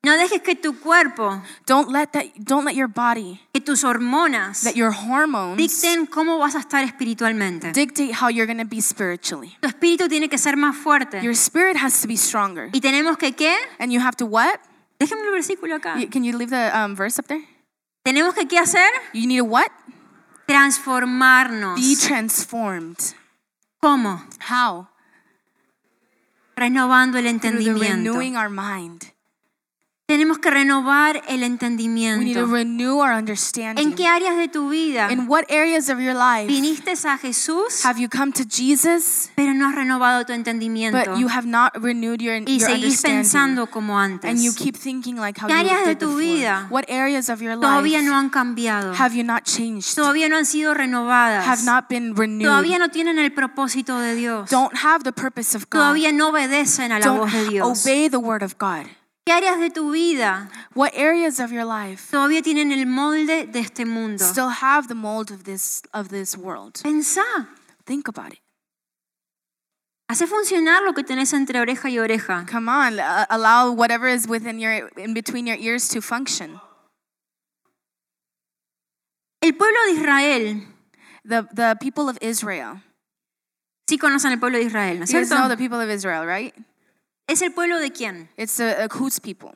B: No dejes que tu cuerpo,
C: Don't let that. Don't let your body,
B: que tus hormonas
C: that your hormones,
B: dicten cómo vas a estar espiritualmente.
C: dictate how you're going to be spiritually.
B: Tu espíritu tiene que ser más fuerte.
C: Your spirit has to be stronger,
B: Y tenemos que qué?
C: and you have to what?
B: Déjenme el versículo acá.
C: You- Can you leave the um, verse up there?
B: Tenemos que qué hacer?
C: You need a what?
B: Transformarnos.
C: Be transformed.
B: ¿Cómo?
C: How?
B: Renovando el
C: Through the
B: entendimiento.
C: renewing our mind.
B: Tenemos que renovar el
C: We need to
B: entendimiento.
C: renew our
B: ¿En
C: understanding.
B: qué áreas de tu vida
C: In what areas of your life
B: viniste a Jesús,
C: have you come to Jesus,
B: pero no has renovado tu entendimiento
C: but you have not renewed your,
B: y
C: your
B: seguís
C: understanding?
B: pensando como
C: And you
B: antes?
C: keep thinking like how
B: ¿Qué
C: you
B: áreas de
C: did
B: tu vida
C: before. What areas of your
B: Todavía no
C: life
B: han cambiado,
C: have you not changed?
B: todavía no han sido renovadas,
C: Have not been
B: todavía
C: renewed?
B: no tienen el propósito de Dios,
C: Don't have the purpose of God.
B: todavía no obedecen a la voz de
C: Don't
B: Dios.
C: obey the word of God.
B: ¿Qué áreas de tu vida
C: What areas of your life
B: todavía tienen el molde de este mundo?
C: still have the mold of this of this world?
B: Pensá,
C: Think about it.
B: hace funcionar lo que tenés entre oreja y oreja.
C: Come on, a- allow whatever is within your in between your ears to function.
B: El pueblo de Israel,
C: The the people of Israel.
B: sí conocen el pueblo de Israel, ¿no es
C: You guys know the
B: cierto?
C: people of Israel, right?
B: ¿Es el pueblo de quién?
C: It's the uh, whose people?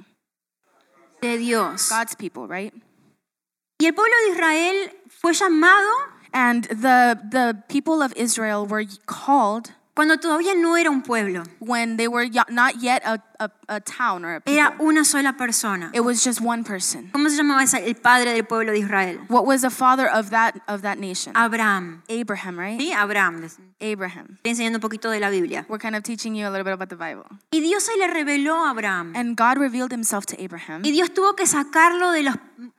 B: De Dios.
C: God's people, right?
B: Y el pueblo de Israel fue llamado
C: And the the people of Israel were called
B: cuando todavía no era un pueblo,
C: when they were yo- not yet a, a, a town or a people.
B: era una sola persona.
C: It was just one person.
B: ¿Cómo se llamaba esa- el padre del pueblo de Israel?
C: What was the father of that of that nation?
B: Um, Abraham.
C: Abraham, right?
B: Sí, Abraham. Les estoy
C: Abraham.
B: enseñando un poquito de la Biblia.
C: We're kind of teaching you a little bit about the Bible.
B: Y Dios se le reveló a Abraham.
C: And God revealed himself to Abraham.
B: Y Dios tuvo que sacarlo de los-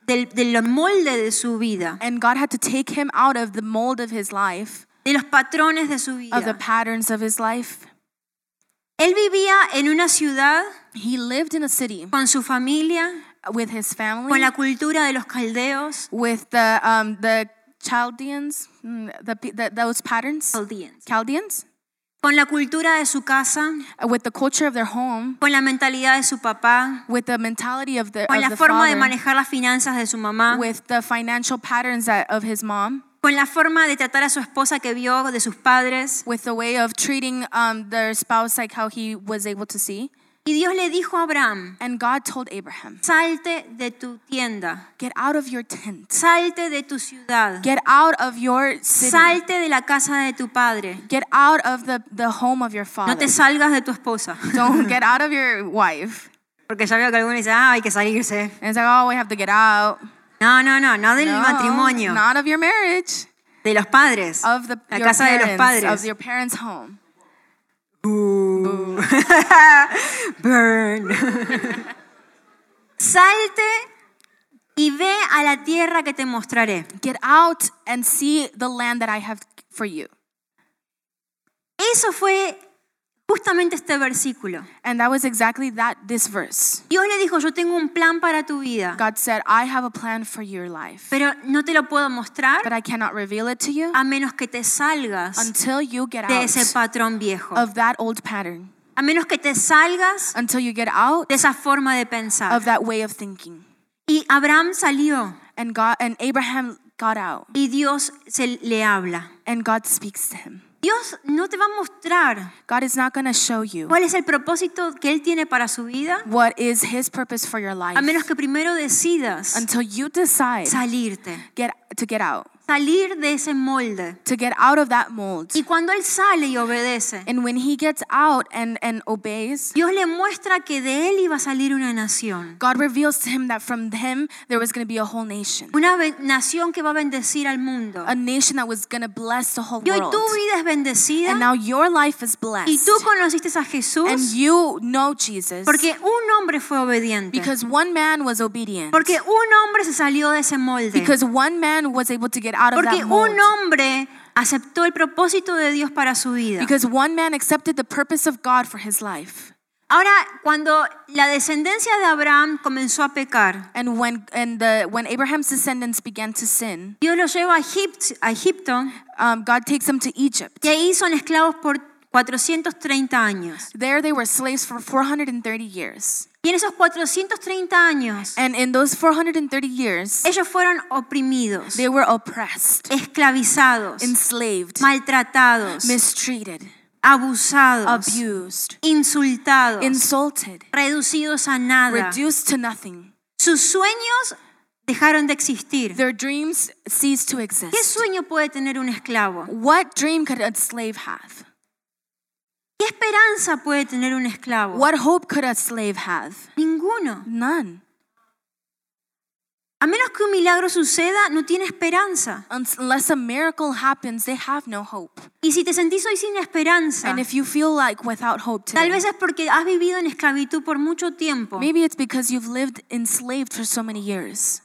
B: del, del molde de su vida,
C: And God had to take him out of the mold of his life,
B: de los patrones de su
C: of the
B: vida.
C: patterns of his life.
B: Él vivía en una ciudad
C: He lived in a city
B: con su familia,
C: with his
B: con
C: family,
B: la cultura de los caldeos,
C: with the um, the Chaldeans, mm, the, pe- the, those patterns,
B: Chaldeans.
C: Chaldeans,
B: con la cultura de su casa,
C: uh, with the culture of their home,
B: con la mentalidad de su papá,
C: with the mentality of the,
B: con
C: of
B: la
C: the
B: forma de
C: father,
B: manejar las finanzas de su mamá,
C: with the financial patterns that, of his mom,
B: con la forma de tratar a su esposa que vio de sus padres.
C: with the way of treating um, their spouse like how he was able to see.
B: Y Dios le dijo a Abraham,
C: And God told Abraham,
B: salte de tu tienda,
C: get out of your tent,
B: salte de tu ciudad,
C: get out of your city.
B: salte de la casa de tu padre.
C: Get out of the, the home of your
B: No
C: father.
B: te salgas de tu esposa.
C: *laughs* Don't get out of your wife.
B: Porque ya veo que algunos dicen, ah, hay que salirse.
C: And it's like, oh, we have to get out.
B: No, no, no, no del
C: No,
B: matrimonio,
C: Not of your marriage.
B: de los padres.
C: Of the
B: la
C: your
B: casa de los
C: parents,
B: padres.
C: Of your parents' home. *laughs*
B: Burn. Salte y ve a la tierra que te mostraré.
C: Get out and see the land that I have for you.
B: Eso fue justamente este versículo.
C: And that was exactly that this verse.
B: Dios le dijo, yo tengo un plan para tu vida,
C: God said, I have a plan for your life,
B: pero no te lo puedo
C: but
B: mostrar
C: I cannot reveal it to you
B: a menos que te salgas
C: until you get
B: de ese
C: out
B: patrón viejo.
C: of that old pattern,
B: A menos que te salgas
C: until you get out
B: de esa forma de pensar.
C: of that way of thinking.
B: Y Abraham salió
C: And God and Abraham got out
B: y Dios se le habla.
C: and God speaks to him.
B: Dios no te va a mostrar
C: God is not going to show you
B: cuál es el propósito que Él tiene para su vida,
C: what is his purpose for your life
B: a menos que primero decidas
C: until you decide
B: salirte,
C: get, to get out,
B: salir de ese molde.
C: to get out of that mold.
B: Y cuando Él sale y obedece,
C: And when he gets out and, and obeys,
B: Dios le muestra que de Él iba a salir una nación,
C: God reveals to him that from him there was going to be a whole nation,
B: una be- nación que va a bendecir al mundo.
C: a nation that was going to bless the whole
B: Y hoy
C: world.
B: tu vida es
C: And
B: bendecida
C: now your life is
B: y
C: blessed.
B: tú conociste a
C: And
B: Jesús
C: you know Jesus
B: porque un hombre fue obediente,
C: because one man was obedient.
B: porque un hombre se salió de ese molde.
C: Because one man was able to get out of
B: Porque
C: that mold.
B: un hombre aceptó el propósito de Dios para su vida.
C: Because one man accepted the purpose of God for his life.
B: Ahora, cuando la descendencia de Abraham comenzó a pecar,
C: And when and the when Abraham's descendants began to sin,
B: Dios los lleva a, Egipt- a Egipto,
C: um, God takes them to Egypt.
B: que ahí son esclavos por 430 años.
C: There they were slaves for 430 years.
B: Y en esos 430 años,
C: And in those 430 years,
B: ellos fueron oprimidos,
C: they were oppressed,
B: esclavizados,
C: enslaved,
B: maltratados,
C: mistreated,
B: abusados,
C: abused,
B: insultados,
C: insulted,
B: reducidos a nada.
C: reduced to nothing.
B: Sus sueños dejaron de existir.
C: Their dreams ceased to
B: ¿Qué
C: exist.
B: sueño puede tener un esclavo?
C: What dream could a slave have?
B: ¿Qué esperanza puede tener un esclavo?
C: What hope could a slave have?
B: Ninguno.
C: None.
B: A menos que un milagro suceda, no tiene esperanza.
C: Un- Unless a miracle happens, they have no hope.
B: Y si te sentís hoy sin esperanza,
C: And if you feel like without hope
B: tal
C: today,
B: vez es porque has vivido en esclavitud por mucho tiempo.
C: maybe it's because you've lived enslaved for so many years.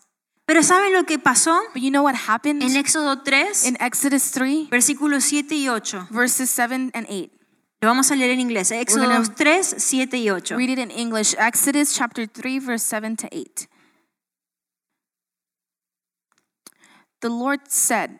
B: Pero ¿saben lo que pasó?
C: But you know what happened
B: En Éxodo 3,
C: in Exodus 3,
B: versículos 7 y 8.
C: verses 7 and 8?
B: Lo vamos a leer en inglés. ¿eh? Éxodo
C: gonna-
B: 3, 7 y 8.
C: Read it in English. Exodus chapter 3, verse 7 to 8. The Lord said,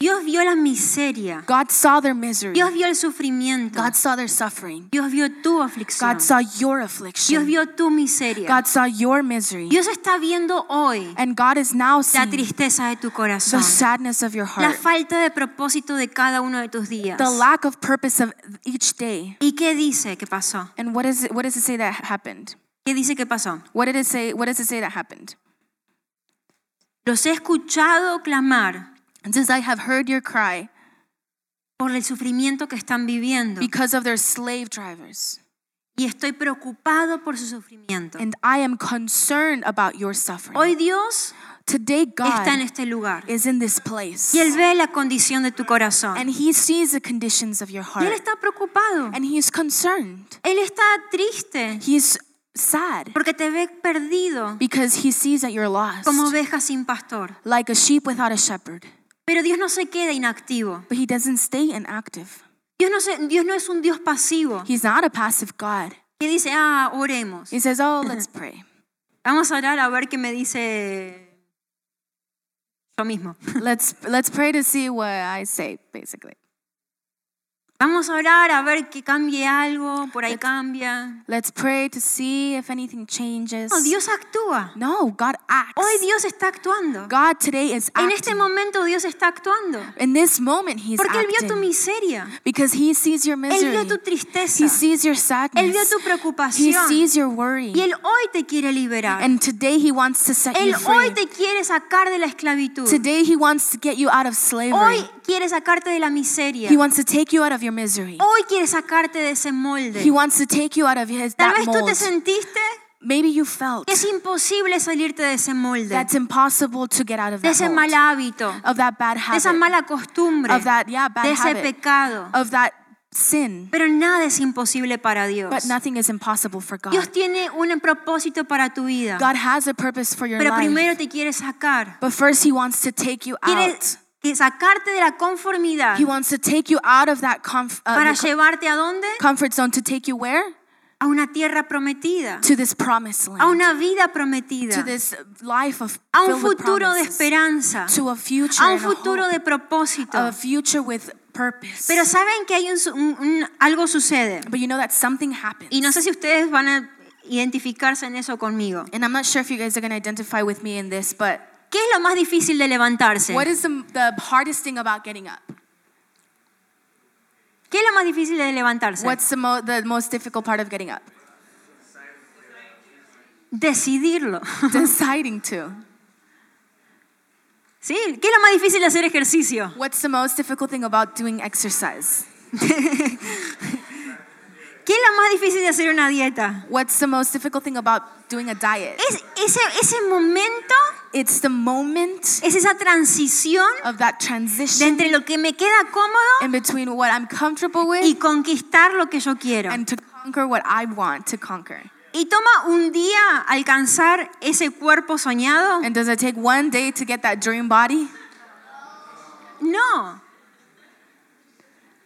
B: Dios vio la miseria.
C: God saw their misery.
B: Dios vio el sufrimiento.
C: God saw their suffering.
B: Dios vio tu aflicción.
C: God saw your
B: Dios
C: affliction.
B: vio tu miseria.
C: God saw your misery.
B: Dios está viendo hoy
C: And God is now
B: la
C: seeing
B: tristeza de tu
C: the
B: corazón.
C: sadness of your
B: La
C: heart,
B: falta de propósito de cada uno de tus días.
C: the lack of purpose of each day.
B: ¿Y qué dice que pasó?
C: And what, is it, what does it say that happened?
B: ¿Qué dice que pasó?
C: What did it say? What does it say that happened?
B: Los he escuchado clamar
C: It says, I have heard your cry
B: por el sufrimiento que están viviendo
C: because of their slave drivers.
B: y estoy preocupado por su sufrimiento.
C: And I am concerned about your suffering.
B: Hoy Dios
C: Today,
B: está en
C: God
B: este lugar
C: is in this place.
B: y Él ve la condición de tu corazón.
C: And He sees the conditions of your
B: Y Él
C: heart.
B: está preocupado.
C: And He is concerned.
B: Él está triste
C: He is sad
B: porque te ve perdido
C: because He sees that you're lost,
B: como oveja sin pastor.
C: like a sheep without a shepherd.
B: Pero Dios no se queda inactivo.
C: But He doesn't stay inactive.
B: Dios no, se- Dios no es un Dios pasivo
C: He's not a passive God.
B: que dice, ah, oremos.
C: He says, Oh,
B: *laughs*
C: let's pray.
B: Vamos a orar a ver qué me dice yo mismo.
C: Let's, let's pray to see what I say, basically.
B: Vamos a orar a ver que cambie algo, por ahí cambia.
C: Let's pray to see if anything changes.
B: No, Oh, Dios actúa.
C: No, God
B: Hoy
C: acts.
B: Dios está actuando.
C: God today is
B: En este
C: acting.
B: momento Dios está actuando.
C: In this moment, He's
B: Porque Él vio tu
C: acting.
B: miseria.
C: Because He sees your
B: Él
C: misery.
B: vio tu tristeza.
C: He sees your
B: Él vio
C: sadness.
B: tu
C: He
B: preocupación.
C: sees your worry.
B: Y Él hoy te quiere liberar.
C: And today He wants to set
B: Él
C: you
B: hoy
C: free.
B: te quiere sacar de la esclavitud.
C: Today He wants to get you out of slavery.
B: Hoy quiere sacarte de la miseria.
C: He wants to take you out of your misery.
B: Hoy quiere sacarte de ese
C: He
B: molde.
C: wants to take you out of his,
B: Tal
C: that
B: vez tú
C: mold.
B: te sentiste
C: Maybe you felt
B: que es imposible salirte de ese molde,
C: that's impossible to get out of
B: de
C: that
B: ese
C: mold,
B: mal hábito,
C: of that bad
B: de esa
C: habit,
B: mala costumbre,
C: of that yeah bad
B: de ese
C: habit,
B: pecado.
C: of that sin.
B: Pero nada es imposible para Dios.
C: But nothing is impossible for God.
B: Dios tiene un propósito para tu vida,
C: God has a purpose for your
B: pero
C: life.
B: primero te quiere sacar.
C: But first He wants to take you
B: Quiere
C: out.
B: que sacarte de la conformidad
C: He wants to take you out of that comf- uh,
B: para
C: your com-
B: llevarte a dónde?
C: comfort zone to take you where?
B: A una tierra prometida,
C: To this promised
B: a
C: land.
B: una vida
C: To
B: prometida,
C: this life of
B: a un
C: filled with
B: futuro de
C: promises.
B: esperanza,
C: to a future
B: a un
C: and a
B: futuro
C: hope,
B: de propósito.
C: a future with purpose.
B: Pero saben que hay un su- un- un- algo sucede.
C: but you know that something happens.
B: Y no sé si ustedes van a identificarse en eso conmigo.
C: and I'm not sure if you guys are going to identify with me in this, but
B: ¿Qué es lo más difícil de levantarse?
C: what is the, the hardest thing about getting up?
B: ¿Qué es lo más difícil de levantarse?
C: What's the, mo- the most difficult part of getting *laughs* up?
B: Decidirlo. *laughs*
C: Deciding to.
B: ¿Sí? ¿Qué es lo más difícil de hacer ejercicio?
C: What's the most difficult thing about doing exercise?
B: ¿Qué es lo más difícil de hacer una dieta?
C: What's the most difficult thing about doing a diet?
B: Es ese, ese momento,
C: It's the moment
B: es esa transición
C: of that
B: de
C: transition
B: entre lo que me queda cómodo
C: in between what I'm comfortable
B: y
C: with
B: conquistar lo que yo quiero.
C: and to conquer what I want to conquer.
B: ¿Y toma un día alcanzar ese cuerpo soñado?
C: And does it take one day to get that dream body?
B: No.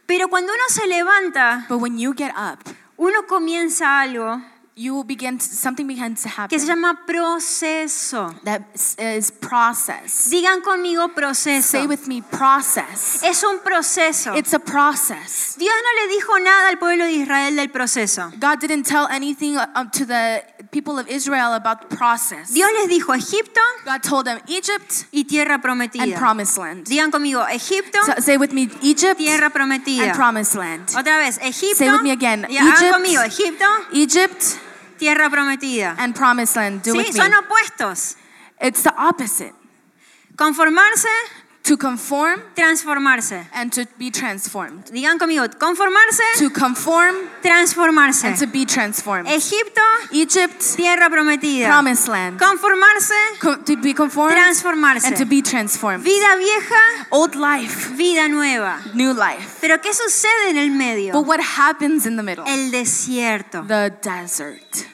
B: Pero cuando uno se levanta,
C: But when you get up,
B: uno comienza algo
C: you will begin to, something begins to
B: que
C: happen.
B: se llama proceso.
C: That is- is process.
B: Digan conmigo proceso.
C: Say with me, process.
B: Es un proceso.
C: It's a process.
B: Dios no le dijo nada al pueblo de Israel del proceso.
C: God didn't tell anything uh, to the people of Israel about the process.
B: Dios les dijo Egipto
C: God told them Egypt
B: y tierra
C: and
B: prometida.
C: promised land.
B: Digan conmigo Egipto,
C: So- say with me, Egypt
B: tierra
C: and
B: prometida.
C: promised land.
B: Otra vez, Egipto.
C: Say with me again.
B: Y hagan
C: Egypt.
B: conmigo Egipto,
C: Egypt
B: tierra prometida.
C: and promised land. Do
B: Sí,
C: with me.
B: son opuestos.
C: It's the opposite.
B: Conformarse,
C: To conform
B: transformarse.
C: and to be transformed.
B: Digan conmigo, conformarse,
C: To conform
B: transformarse.
C: and to be transformed.
B: Egipto,
C: Egypt,
B: tierra prometida.
C: promised land.
B: Conformarse,
C: Co- to be conformed
B: transformarse.
C: and to be transformed.
B: Vida vieja,
C: Old life,
B: vida nueva.
C: new life.
B: Pero ¿qué sucede en el medio?
C: But what happens in the middle?
B: El desierto.
C: The desert.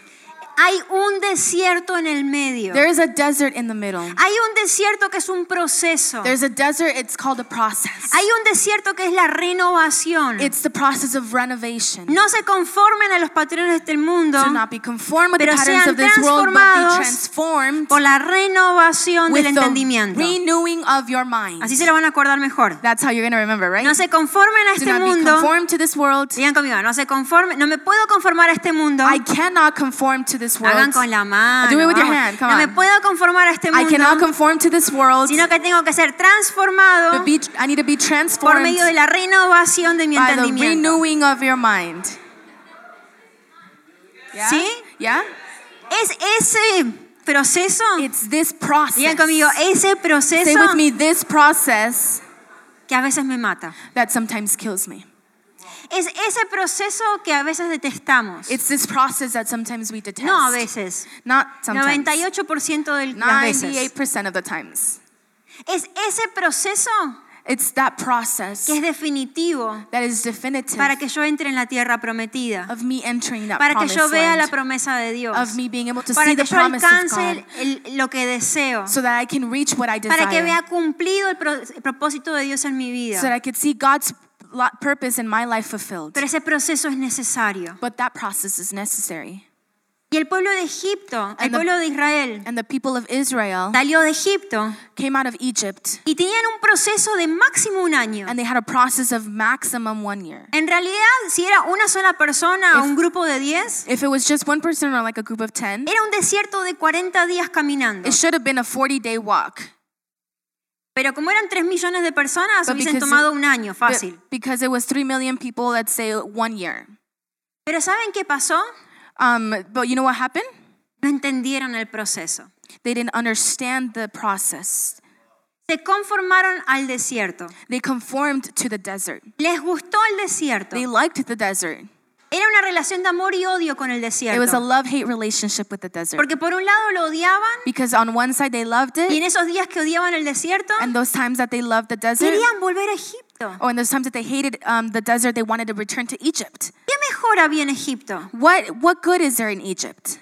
B: Hay un desierto en el medio.
C: There is a desert in the middle.
B: Hay un desierto que es un proceso.
C: There's a desert, it's called a process.
B: Hay un desierto que es la renovación.
C: It's the process of renovation.
B: No se conformen a los patrones del mundo
C: To not be conformed with the
B: Pero
C: patterns
B: sean
C: of this world, but
B: transformados
C: be transformed
B: por la renovación del
C: with the
B: entendimiento.
C: renewing of your mind.
B: Así se lo van a acordar mejor.
C: That's how you're going to remember, right?
B: No se conformen a
C: Do
B: este
C: not be
B: mundo.
C: conformed to this world.
B: Digan conmigo, no se conformen, no me puedo conformar a este mundo.
C: I cannot conform to this world.
B: Hagan con la mano.
C: Do it with your
B: vamos.
C: hand, come
B: No me
C: on.
B: puedo conformar a este
C: I cannot
B: mundo,
C: conform to this world.
B: sino que tengo que ser transformado
C: But be, I need to be
B: por
C: transformed
B: medio de la renovación de mi
C: by the
B: entendimiento.
C: renewing of your mind. Yeah?
B: ¿Sí?
C: Yeah?
B: Es ese proceso.
C: It's this process.
B: Digan conmigo, ese
C: Say
B: proceso
C: with me, this process
B: que a veces me mata.
C: that sometimes kills me.
B: Es ese proceso que a veces detestamos.
C: It's this process that sometimes we detest.
B: No a veces.
C: Not sometimes.
B: 98% de las veces.
C: 98% of the times.
B: Es ese proceso
C: It's that process
B: que es definitivo
C: that is definitive
B: para que yo entre en la tierra prometida,
C: of me entering that
B: para que
C: promised
B: yo vea la
C: land,
B: promesa de Dios,
C: of me being able to
B: para
C: see the
B: que yo
C: promise of God,
B: alcance el- lo que deseo,
C: so that I can reach what I desire,
B: para que vea cumplido el, pro- el propósito de Dios en mi vida.
C: so that I could see God's lo- purpose in my life fulfilled.
B: Pero ese proceso es necesario.
C: But that process is necessary.
B: Y el pueblo de Egipto, el
C: And the-
B: pueblo de Israel,
C: And the people of Israel
B: salió de Egipto
C: came out of Egypt,
B: y tenían un proceso de máximo un año.
C: and they had a process of maximum one year.
B: En realidad, si era una sola persona o
C: If-
B: un grupo de 10,
C: If it was just one person or like a group of 10,
B: era un desierto de 40 días caminando.
C: it should have been a 40 day walk.
B: Pero como eran 3 millones de personas,
C: But
B: hubiesen
C: because-
B: tomado un año,
C: But
B: fácil.
C: because it was 3 million people, let's say one year.
B: Pero ¿saben qué pasó?
C: Um, but you know what happened?
B: No entendieron el proceso.
C: They didn't understand the process.
B: Se conformaron al desierto.
C: They conformed to the desert.
B: Les gustó el desierto.
C: They liked the desert.
B: Era una relación de amor y odio con el
C: It was a
B: desierto.
C: love hate relationship with the desert.
B: Porque por un lado lo odiaban
C: Because on one side they loved
B: y
C: it,
B: en esos días que odiaban el desierto,
C: and those times that they loved the desert,
B: querían volver a Egipto.
C: or in Oh, those times that they hated um, the desert, they wanted to return to Egypt.
B: ¿Qué mejor había en Egipto?
C: What, what good is there in Egypt?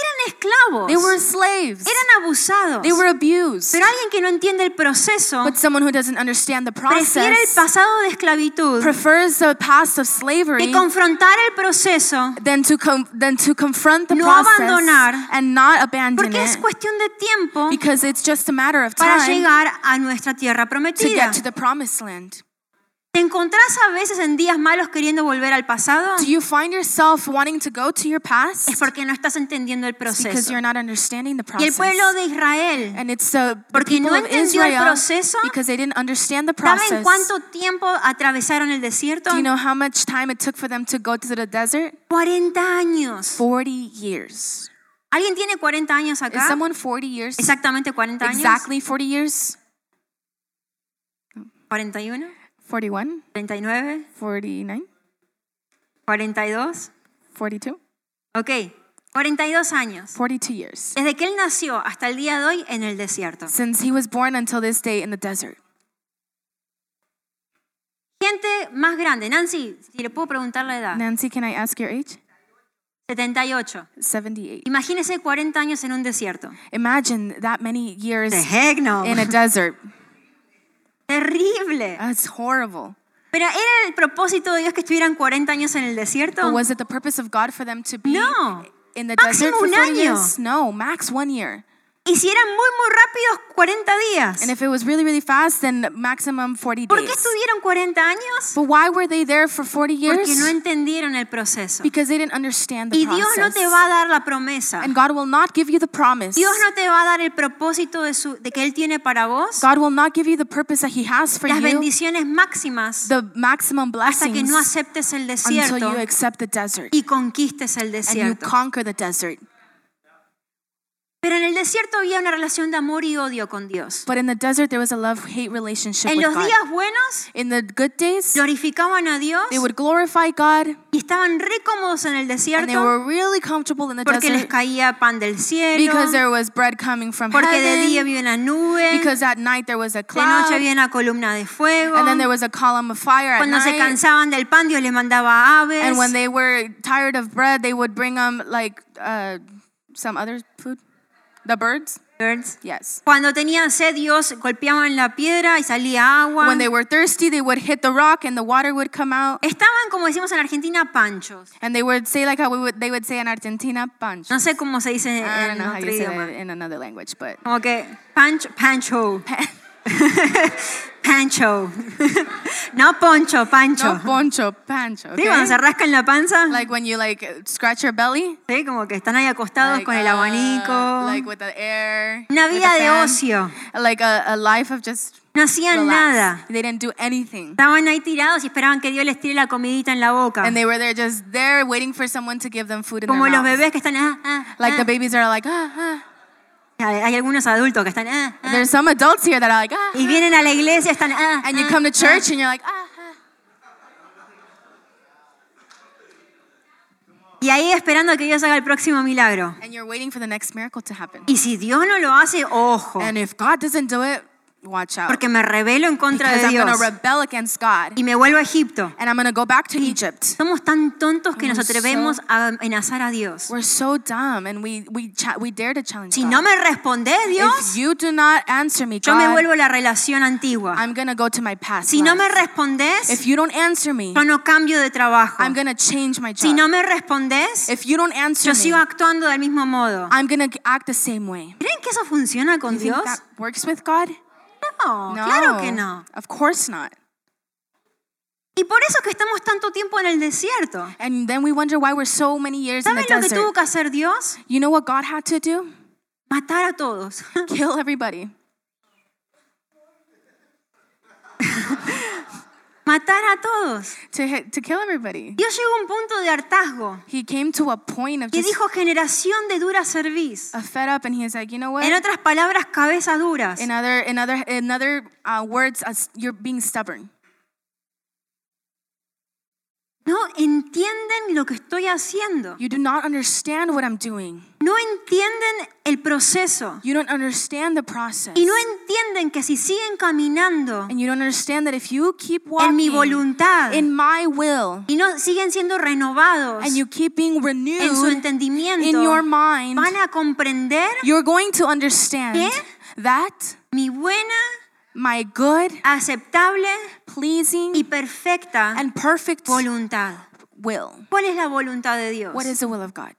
B: Eran esclavos.
C: They were slaves,
B: Eran abusados.
C: they were abused.
B: Pero alguien que no entiende el proceso
C: But someone who doesn't understand the
B: prefiere el
C: process
B: pasado de esclavitud
C: prefers the past of
B: que
C: slavery
B: confrontar el proceso
C: than to, com- than to confront the
B: No
C: process
B: abandonar,
C: and not abandon
B: porque es
C: it
B: cuestión de tiempo
C: because it's just a matter of
B: para
C: time
B: llegar a nuestra tierra
C: to
B: prometida.
C: get to the promised land.
B: ¿Te encontrás a veces en días malos queriendo volver al pasado?
C: Do you find yourself wanting to go to your past?
B: Es porque no estás entendiendo el
C: It's because
B: proceso.
C: you're not understanding the
B: Y el
C: process.
B: pueblo de Israel,
C: and it's uh, the
B: Porque
C: people
B: no
C: of
B: entendió el
C: Israel
B: proceso.
C: because they didn't understand the
B: ¿saben
C: process.
B: cuánto tiempo atravesaron el desierto?
C: Do you know how much time it took for them to go to the desert?
B: 40 años.
C: 40 years.
B: ¿Alguien tiene 40 años
C: Is
B: acá?
C: someone 40 years?
B: Exactamente 40 años.
C: Exactly 40 years?
B: 41,
C: 41,
B: 39,
C: 49,
B: 42.
C: 42?
B: Ok, 42 años.
C: 42 years.
B: Desde que él nació hasta el día de hoy en el desierto.
C: Since he was born until this day in the desert.
B: Gente más grande, Nancy, si le puedo preguntar la edad,
C: Nancy, can I ask your age?
B: 78.
C: 78.
B: Imagínese 40 años en un desierto.
C: Imagine that many years
B: heck no.
C: in
B: *laughs*
C: a Ah. desert.
B: Terrible.
C: That's horrible.
B: Pero era el propósito de Dios que estuvieran 40 años en el
C: But
B: desierto.
C: was it the purpose of God for them to be
B: No.
C: in the
B: Máximo um
C: desert for
B: un
C: 40
B: año.
C: years? No, max one year.
B: Y si eran muy, muy rápidos, 40 días.
C: And if it was really, really fast, then maximum 40
B: ¿Por qué
C: days.
B: estuvieron 40 años?
C: But why were they there for 40
B: Porque no
C: years?
B: entendieron el proceso.
C: Because they didn't understand the
B: Y Dios no te va
C: process.
B: a dar la promesa.
C: And God will not give you the promise.
B: Dios no te va a dar el propósito de, su- de que Él tiene para vos,
C: God will not give you the purpose that He has for
B: las
C: you,
B: bendiciones máximas,
C: the maximum
B: hasta que
C: blessings,
B: no aceptes el
C: until
B: desierto
C: you accept the desert
B: y conquistes el
C: and you
B: desierto.
C: conquer the desert.
B: Pero en el desierto había una relación de amor y odio con Dios.
C: But in the desert, there was a love hate relationship
B: En
C: with
B: los
C: God.
B: días buenos
C: In the good days,
B: glorificaban a Dios
C: they would glorify God
B: y estaban re cómodos en el
C: and they
B: desierto
C: were really comfortable in the
B: porque les
C: desert
B: caía pan del cielo,
C: because there was bread coming from
B: porque de día
C: heaven,
B: había una nube, de
C: because at night there was a
B: noche
C: cloud,
B: había una columna de fuego.
C: and then there was a column of fire at
B: Cuando se
C: night.
B: cansaban del pan, Dios les mandaba aves.
C: And when they were tired of bread, they would bring them like uh, some other food. The birds?
B: Birds.
C: Yes.
B: Cuando tenían sed, Dios golpeaba en la piedra y salía agua.
C: When they were thirsty, they would hit the rock and the water would come out.
B: Estaban, como decimos en Argentina, panchos.
C: And they would say, like how we would, they would say in Argentina, pancho.
B: No sé cómo se dice
C: I don't
B: en
C: know how
B: otro
C: you say
B: idioma.
C: that in another language, but
B: Como que pancho, pancho. *laughs* pancho. *laughs* no poncho, pancho.
C: no poncho, pancho.
B: ¿Sí? Cuando se
C: okay?
B: rascan la panza,
C: Like when you like scratch your belly.
B: ¿sí? como que están ahí acostados
C: Like,
B: Ah, con el
C: uh,
B: abanico.
C: like with the air.
B: Una
C: with
B: vida
C: the
B: de
C: fan.
B: ocio.
C: Like a, a life of just
B: No hacían
C: relax.
B: nada.
C: They didn't do anything.
B: Estaban ahí tirados y esperaban que Dios les tire la comidita en la boca.
C: And they were there just there waiting for someone to give them food in
B: Como
C: their
B: los
C: mouth.
B: bebés que están. ah, ah,
C: Like the
B: ah.
C: babies are like, ah, ah.
B: Hay hay algunos adultos que están. ah, ah.
C: There's some adults here that are like, ah.
B: Y vienen a la iglesia, están. ah,
C: And you
B: ah,
C: come to
B: ah.
C: church and you're like, ah.
B: Y ahí esperando que Dios haga el próximo milagro.
C: And you're waiting for the next miracle to happen.
B: Y si Dios no lo hace, ojo.
C: And if God doesn't do it, watch out.
B: Porque me rebelo en contra
C: Because
B: de
C: I'm going
B: Dios.
C: to rebel against God.
B: Y me vuelvo a Egipto.
C: And I'm going to go back to Egypt.
B: Somos tan tontos que nos
C: We're so-
B: atrevemos a amenazar a Dios.
C: We're so dumb and we, we, cha- we dare to challenge
B: Si
C: God.
B: no me respondes,
C: If
B: Dios,
C: you do not answer me,
B: yo me
C: God,
B: vuelvo a la relación antigua.
C: I'm going to go to my past.
B: Si no me
C: life.
B: respondes,
C: if you don't answer me,
B: yo no cambio de trabajo.
C: I'm going to change my job.
B: Si no me respondes,
C: if you don't answer
B: yo
C: me,
B: sigo actuando del mismo modo.
C: I'm going to act the same way.
B: ¿Creen que eso funciona con
C: You think
B: Dios?
C: that works with God?
B: No, claro que no.
C: Of course not.
B: Y por eso es que estamos tanto tiempo en el desierto.
C: And then we wonder why we're so many years in the
B: ¿Saben lo que
C: desert.
B: tuvo que hacer Dios?
C: You know what God had
B: *laughs*
C: to do?
B: Matar a todos. *laughs*
C: Kill everybody.
B: Matar a todos.
C: To, hit, to kill everybody.
B: Dios llegó a un punto de hartazgo
C: He came to a point of
B: y
C: just
B: dijo generación de dura cerviz.
C: a fed up, and he was like, you know
B: En
C: what?
B: otras palabras, cabezas duras.
C: In other, in other, in other uh, words, as you're being stubborn.
B: No entienden lo que estoy haciendo.
C: You do not understand what I'm doing.
B: No entienden el proceso.
C: You don't understand the process.
B: Y no entienden que si siguen caminando
C: And you don't understand that if you keep
B: en mi
C: walking
B: voluntad
C: in my will
B: y no siguen siendo renovados
C: and you keep being
B: en su
C: renewed in your
B: entendimiento,
C: mind,
B: van a comprender
C: you're going to understand
B: ¿Qué?
C: that
B: mi buena,
C: my good,
B: aceptable y
C: pleasing,
B: perfecta
C: and perfect
B: voluntad.
C: will.
B: ¿Cuál es la voluntad de Dios?
C: What is the will of God?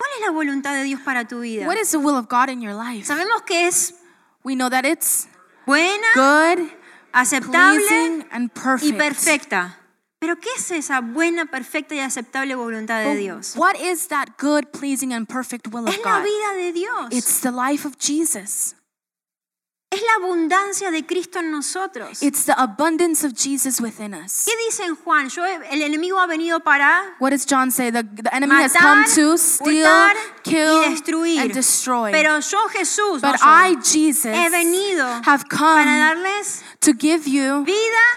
B: ¿Cuál es la voluntad de Dios para tu vida?
C: What is the will of God in your life?
B: Sabemos que es
C: We know that it's
B: buena,
C: good,
B: aceptable
C: pleasing, and
B: y
C: perfect.
B: perfecta. Pero ¿qué es esa buena, perfecta y aceptable voluntad de
C: But
B: Dios?
C: Oh, What is that good, pleasing, and perfect will
B: Es
C: of
B: la
C: God?
B: vida de Dios.
C: It's the life of Jesus.
B: es la abundancia de Cristo en nosotros.
C: It's the abundance of Jesus within us.
B: ¿Qué dice en Juan? Yo he- el enemigo ha venido para
C: What does John say? The, the enemy has
B: matar,
C: come to steal,
B: hurtar
C: kill,
B: y destruir.
C: and destroy.
B: Pero yo Jesús no
C: but
B: yo,
C: I, Jesus,
B: he venido
C: have
B: para
C: come
B: darles
C: to give you
B: vida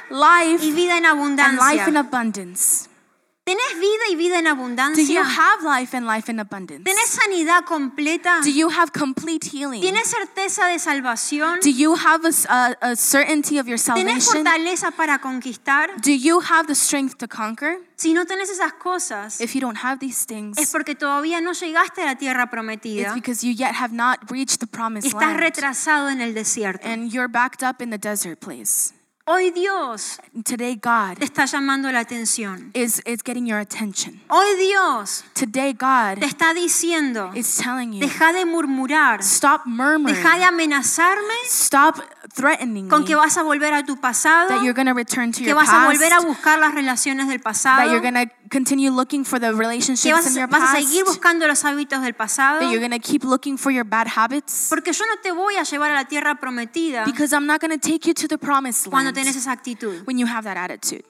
C: life
B: y vida en
C: and
B: abundancia.
C: life in abundance.
B: ¿Tenés vida y vida en
C: Do you
B: abundancia?
C: have life and life in abundance?
B: ¿Tenés sanidad completa?
C: Do you have complete healing?
B: ¿Tienes certeza de salvación?
C: Do you have a, s- a- a certainty of your
B: ¿Tenés
C: salvation?
B: fortaleza para conquistar?
C: Do you have the strength to conquer?
B: Si no tenés esas cosas,
C: If you don't have these
B: es
C: things,
B: porque todavía no llegaste a la tierra prometida
C: it's because you yet have not reached the
B: y
C: promised
B: estás
C: land.
B: retrasado en el desierto.
C: And you're backed up in the desert place.
B: Hoy Dios
C: Today, God
B: te está llamando la atención.
C: is, is getting your attention.
B: Hoy Dios
C: Today, God
B: te está diciendo,
C: is telling you
B: deja de murmurar,
C: stop murmuring,
B: deja de amenazarme
C: stop threatening
B: con
C: me
B: que vas a volver a tu pasado,
C: that you're going to return to
B: que
C: your
B: vas a
C: past,
B: volver a buscar las relaciones del
C: that
B: pasado,
C: you're going to continue looking for the
B: que
C: relationships in
B: vas,
C: your
B: vas a
C: past,
B: seguir buscando los hábitos del pasado,
C: that you're going to keep looking for your bad habits,
B: porque yo no te voy a llevar a la tierra prometida
C: because I'm not going to take you to the promised
B: cuando
C: land
B: tenés esa actitud.
C: when you have that attitude.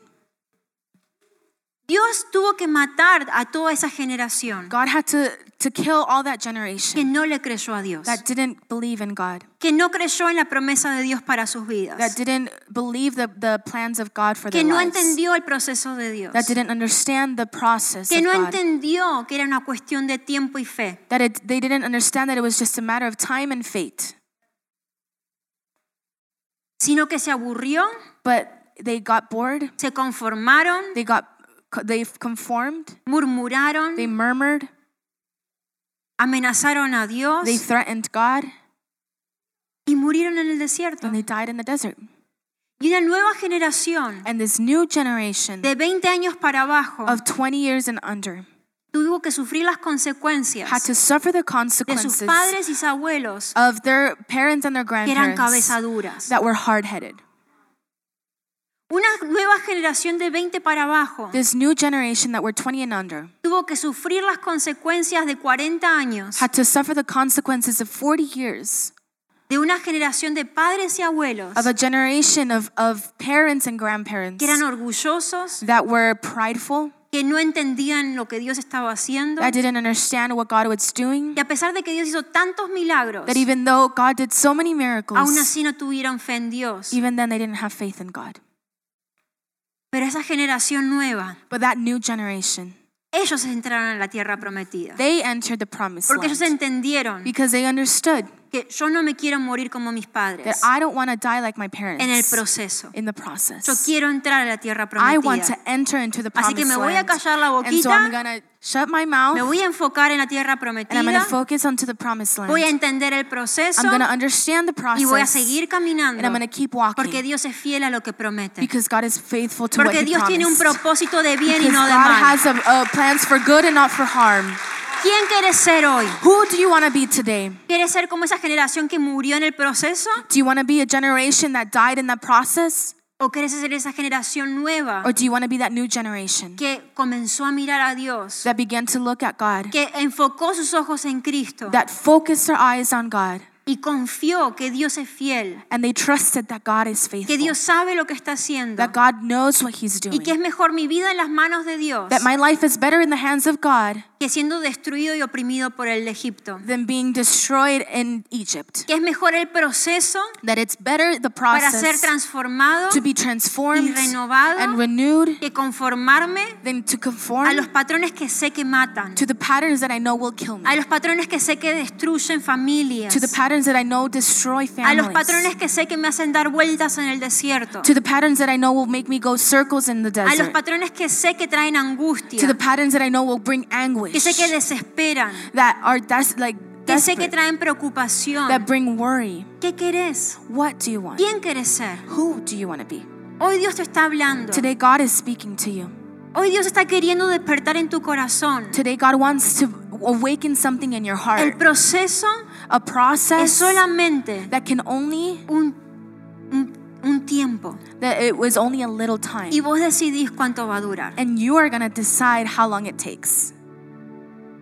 B: Dios tuvo que matar a toda esa generación
C: God had to, to kill all that
B: que
C: generation
B: no le creyó a Dios,
C: that didn't believe in God,
B: que no creyó en la promesa de Dios para sus
C: that
B: vidas,
C: didn't believe the, the plans of God for
B: que
C: their
B: no
C: lives,
B: entendió el proceso de Dios,
C: that didn't understand the process
B: que
C: of
B: no
C: God,
B: entendió que era una cuestión de tiempo y fe.
C: that it, they didn't understand that it was just a matter of time and fate,
B: sino que se aburrió,
C: but they got bored,
B: se conformaron,
C: they got they conformed,
B: murmuraron,
C: they murmured,
B: amenazaron a Dios
C: they threatened God,
B: y murieron en el desierto.
C: and they died in the desert.
B: Y una nueva generación
C: And this new generation
B: de 20 años para abajo
C: of 20 years and under
B: tuvo que sufrir las
C: had
B: consecuencias
C: to suffer
B: de
C: the
B: sus
C: consequences
B: padres y sus abuelos
C: of their parents and their
B: que eran
C: grandparents
B: cabeza duras.
C: that were hard headed.
B: Una nueva generación de 20 para abajo
C: This new generation that were 20 and under
B: tuvo que sufrir las consecuencias de 40 años
C: had to suffer the consequences of 40 years
B: de una generación de padres y abuelos
C: of a generation of, of parents and grandparents
B: que eran orgullosos,
C: that were prideful,
B: que no entendían lo que Dios estaba haciendo.
C: that didn't understand what God was doing,
B: Y a pesar de que Dios hizo tantos milagros,
C: that even though God did so many
B: aún
C: miracles,
B: así no tuvieron fe en Dios.
C: even then they didn't have faith in God.
B: Pero esa generación nueva,
C: But that new generation,
B: ellos entraron a la tierra prometida.
C: they entered the promised
B: Porque ellos
C: land
B: entendieron
C: because they understood
B: que yo no me quiero morir como mis
C: that
B: padres
C: I don't want to die like my
B: en el
C: parents
B: proceso.
C: in the
B: Yo
C: process.
B: quiero entrar a la tierra
C: I want to
B: prometida.
C: enter into the
B: Así
C: promised
B: que me voy a
C: land.
B: callar la
C: And so I'm
B: boquita,
C: going to shut
B: me
C: my mouth
B: voy a enfocar en la tierra
C: and I'm going to
B: prometida,
C: focus onto the promised land.
B: voy a entender el proceso
C: I'm going to understand the
B: y voy a
C: process
B: seguir
C: and I'm going
B: caminando
C: to keep
B: porque
C: walking
B: Dios es fiel a lo que promete.
C: because God is faithful to what
B: Porque
C: he
B: Dios tiene un
C: promised.
B: propósito de bien y
C: Because
B: no de
C: God
B: mal.
C: has a, a plans for good and not for harm.
B: ¿Quién quieres ser hoy?
C: Who do you want to be today?
B: ¿Quieres ser como esa generación que murió en el proceso?
C: Do you want to be a generation that died in that process?
B: ¿O quieres ser esa generación nueva
C: Or do you want to be that new generation
B: que comenzó a mirar a Dios,
C: that began to look at God,
B: que enfocó sus ojos en Cristo
C: that focused their eyes on God,
B: y confió que Dios es fiel,
C: and they trusted that God is faithful,
B: que Dios sabe lo que está haciendo
C: that God knows what he's doing,
B: y que es mejor mi vida en las manos de Dios
C: that my life is better in the hands of God
B: que siendo destruido y oprimido por el de Egipto,
C: than being destroyed in Egypt,
B: que es mejor el proceso
C: that it's better the
B: para ser
C: process
B: transformado
C: to be transformed
B: renovado
C: and renewed
B: que conformarme
C: than
B: a
C: to
B: los
C: conform
B: patrones que sé que matan,
C: to the patterns that I know will kill me,
B: a los patrones que sé que destruyen familias.
C: to the patterns that I know destroy
B: a los
C: families,
B: patrones que sé que me hacen dar vueltas en el desierto,
C: to the patterns that I know will make me go circles in the
B: a los
C: desert,
B: patrones que sé que traen
C: to the
B: angustia,
C: patterns that I know will bring anguish,
B: que sé que desesperan,
C: that are des- like
B: que sé que
C: desperate,
B: traen preocupación.
C: that bring worry.
B: ¿Qué querés?
C: What do you want?
B: ¿Quién querés ser?
C: Who do you want to be?
B: Hoy Dios te está hablando.
C: Today, God is speaking to you.
B: Hoy Dios está queriendo despertar en tu corazón.
C: Today, God wants to awaken something in your
B: El
C: heart.
B: proceso
C: A
B: es
C: process that
B: solamente
C: can only,
B: un, un, un tiempo
C: that it was only a little time.
B: y vos decidís cuánto va a durar.
C: And you are going to decide how long it takes.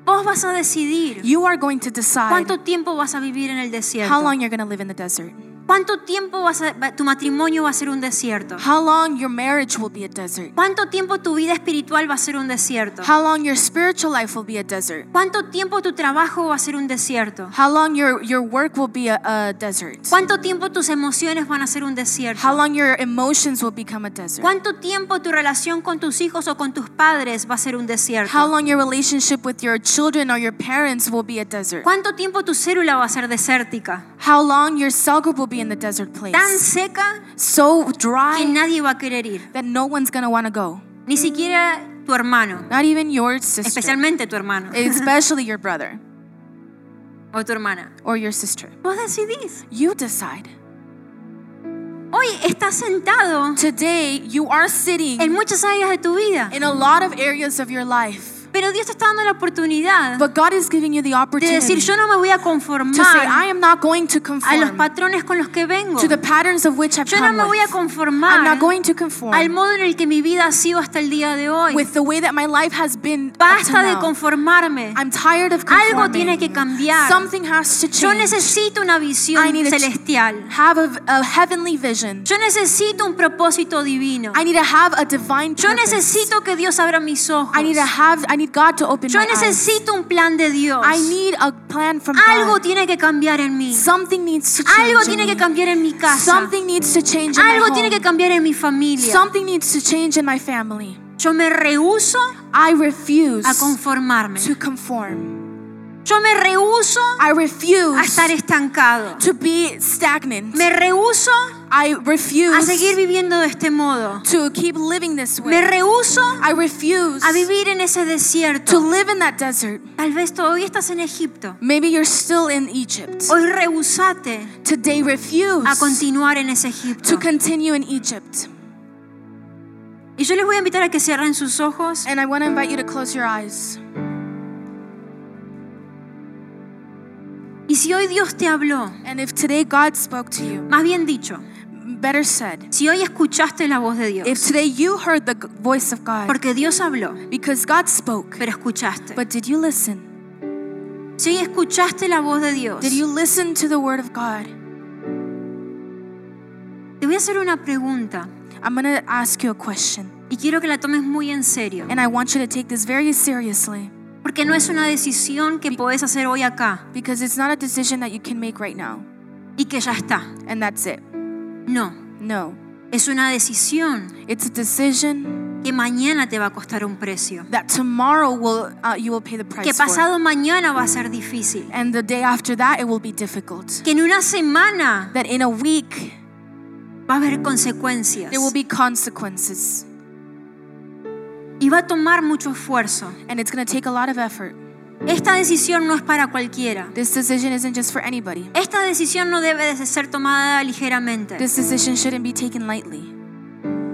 B: Vos vas a decidir
C: You are going to decide
B: cuánto tiempo vas a vivir en el desierto.
C: how long you're going to live in the desert,
B: ¿Cuánto tiempo vas a- va- tu matrimonio va a ser un desierto?
C: how long your marriage will be a desert,
B: ¿Cuánto tiempo tu vida espiritual va a ser un desierto?
C: how long your spiritual life will be a desert,
B: ¿Cuánto tiempo tu trabajo va a ser un desierto?
C: how long your, your work will be a, a desert,
B: ¿Cuánto tiempo tus emociones van a ser un desierto?
C: how long your emotions will become a desert,
B: ¿Cuánto tiempo tu relación con tus hijos o con tus padres va a ser un
C: how
B: desierto?
C: long your relationship with your children or your parents will be a desert,
B: ¿Cuánto tiempo tu célula va a ser desértica?
C: how long your cell group will be in the desert
B: Tan
C: place,
B: seca
C: so
B: que
C: dry
B: nadie va a querer ir.
C: that no one's going to want to go,
B: Ni siquiera tu hermano,
C: not even your sister,
B: especialmente tu hermano
C: especially your brother
B: *laughs* o tu hermana.
C: or your sister.
B: Vos decidís.
C: You decide.
B: Hoy Hoy estás sentado
C: Today, you are sitting
B: en muchas áreas de tu vida,
C: in a lot of areas of your life,
B: pero Dios te está dando la oportunidad
C: but God is giving you the
B: de
C: opportunity
B: decir, yo no me voy a
C: to say,
B: conformar
C: I am not going
B: a
C: to
B: los
C: conform
B: patrones con los que vengo.
C: to the patterns of which I've
B: Yo no
C: come
B: me voy a
C: with. I'm
B: conformar
C: not going to
B: al
C: conform
B: modo en el que mi vida ha sido hasta el día de hoy.
C: with the way that my life has been up to
B: Basta de
C: now.
B: conformarme.
C: I'm tired of
B: Algo
C: conforming.
B: tiene que cambiar.
C: Something has to
B: Yo
C: change.
B: necesito una visión
C: I need a ch-
B: celestial.
C: have a, a heavenly vision.
B: Yo necesito un propósito divino.
C: I need to have a divine
B: Yo
C: purpose.
B: necesito que Dios abra mis ojos.
C: I need to have I need God to open
B: Yo
C: my eyes.
B: necesito un plan de Dios.
C: I need a plan from
B: Algo
C: God.
B: tiene que cambiar en mí.
C: Something needs to change.
B: Algo
C: in
B: tiene
C: me.
B: que cambiar en mi casa.
C: Something needs to change in my
B: Algo
C: home.
B: tiene que cambiar en mi familia.
C: Something needs to change in my family.
B: Yo me rehuso
C: I refuse
B: a conformarme.
C: to conform.
B: Yo me rehuso
C: I refuse
B: a estar estancado.
C: to be stagnant.
B: Me rehuso
C: I
B: a
C: refuse
B: seguir viviendo de este modo.
C: to keep living this way.
B: Me rehuso
C: I refuse
B: a vivir en ese
C: to
B: desierto.
C: live in that desert.
B: Tal vez todavía estás en Egipto.
C: Maybe you're still in Egypt.
B: Hoy rehusate
C: Today refuse
B: a continuar en ese
C: to
B: Egipto.
C: continue in Egypt.
B: Y yo les voy a invitar a que cierren sus ojos.
C: And I want to invite you to close your eyes.
B: Y si hoy Dios te habló,
C: And if today God spoke to you,
B: más bien dicho,
C: better said,
B: si hoy escuchaste la voz de
C: if
B: Dios,
C: today you heard the g- voice of God,
B: porque Dios habló,
C: because God spoke,
B: pero escuchaste.
C: but did you listen?
B: Si hoy escuchaste la voz de Dios,
C: Did you listen to the word of God?
B: te voy a hacer una pregunta
C: I'm going to ask you a question,
B: y quiero que la tomes muy en serio,
C: and I want you to take this very seriously
B: porque no es una decisión que podés hacer hoy acá
C: because it's not a decision that you can make right now,
B: y que ya está.
C: and that's it.
B: No,
C: No.
B: es una decisión
C: It's a decision
B: que mañana te va a costar un precio,
C: that tomorrow will uh, you will pay the price
B: que
C: for.
B: pasado mañana va a ser difícil,
C: And the day after that it will be difficult.
B: que en una semana
C: That in a week
B: va a haber consecuencias
C: there will be consequences.
B: y va a tomar mucho esfuerzo.
C: And it's going to take a lot of effort.
B: Esta decisión no es para cualquiera.
C: This decision isn't just for anybody.
B: Esta decisión no debe de ser tomada ligeramente.
C: This decision shouldn't be taken lightly.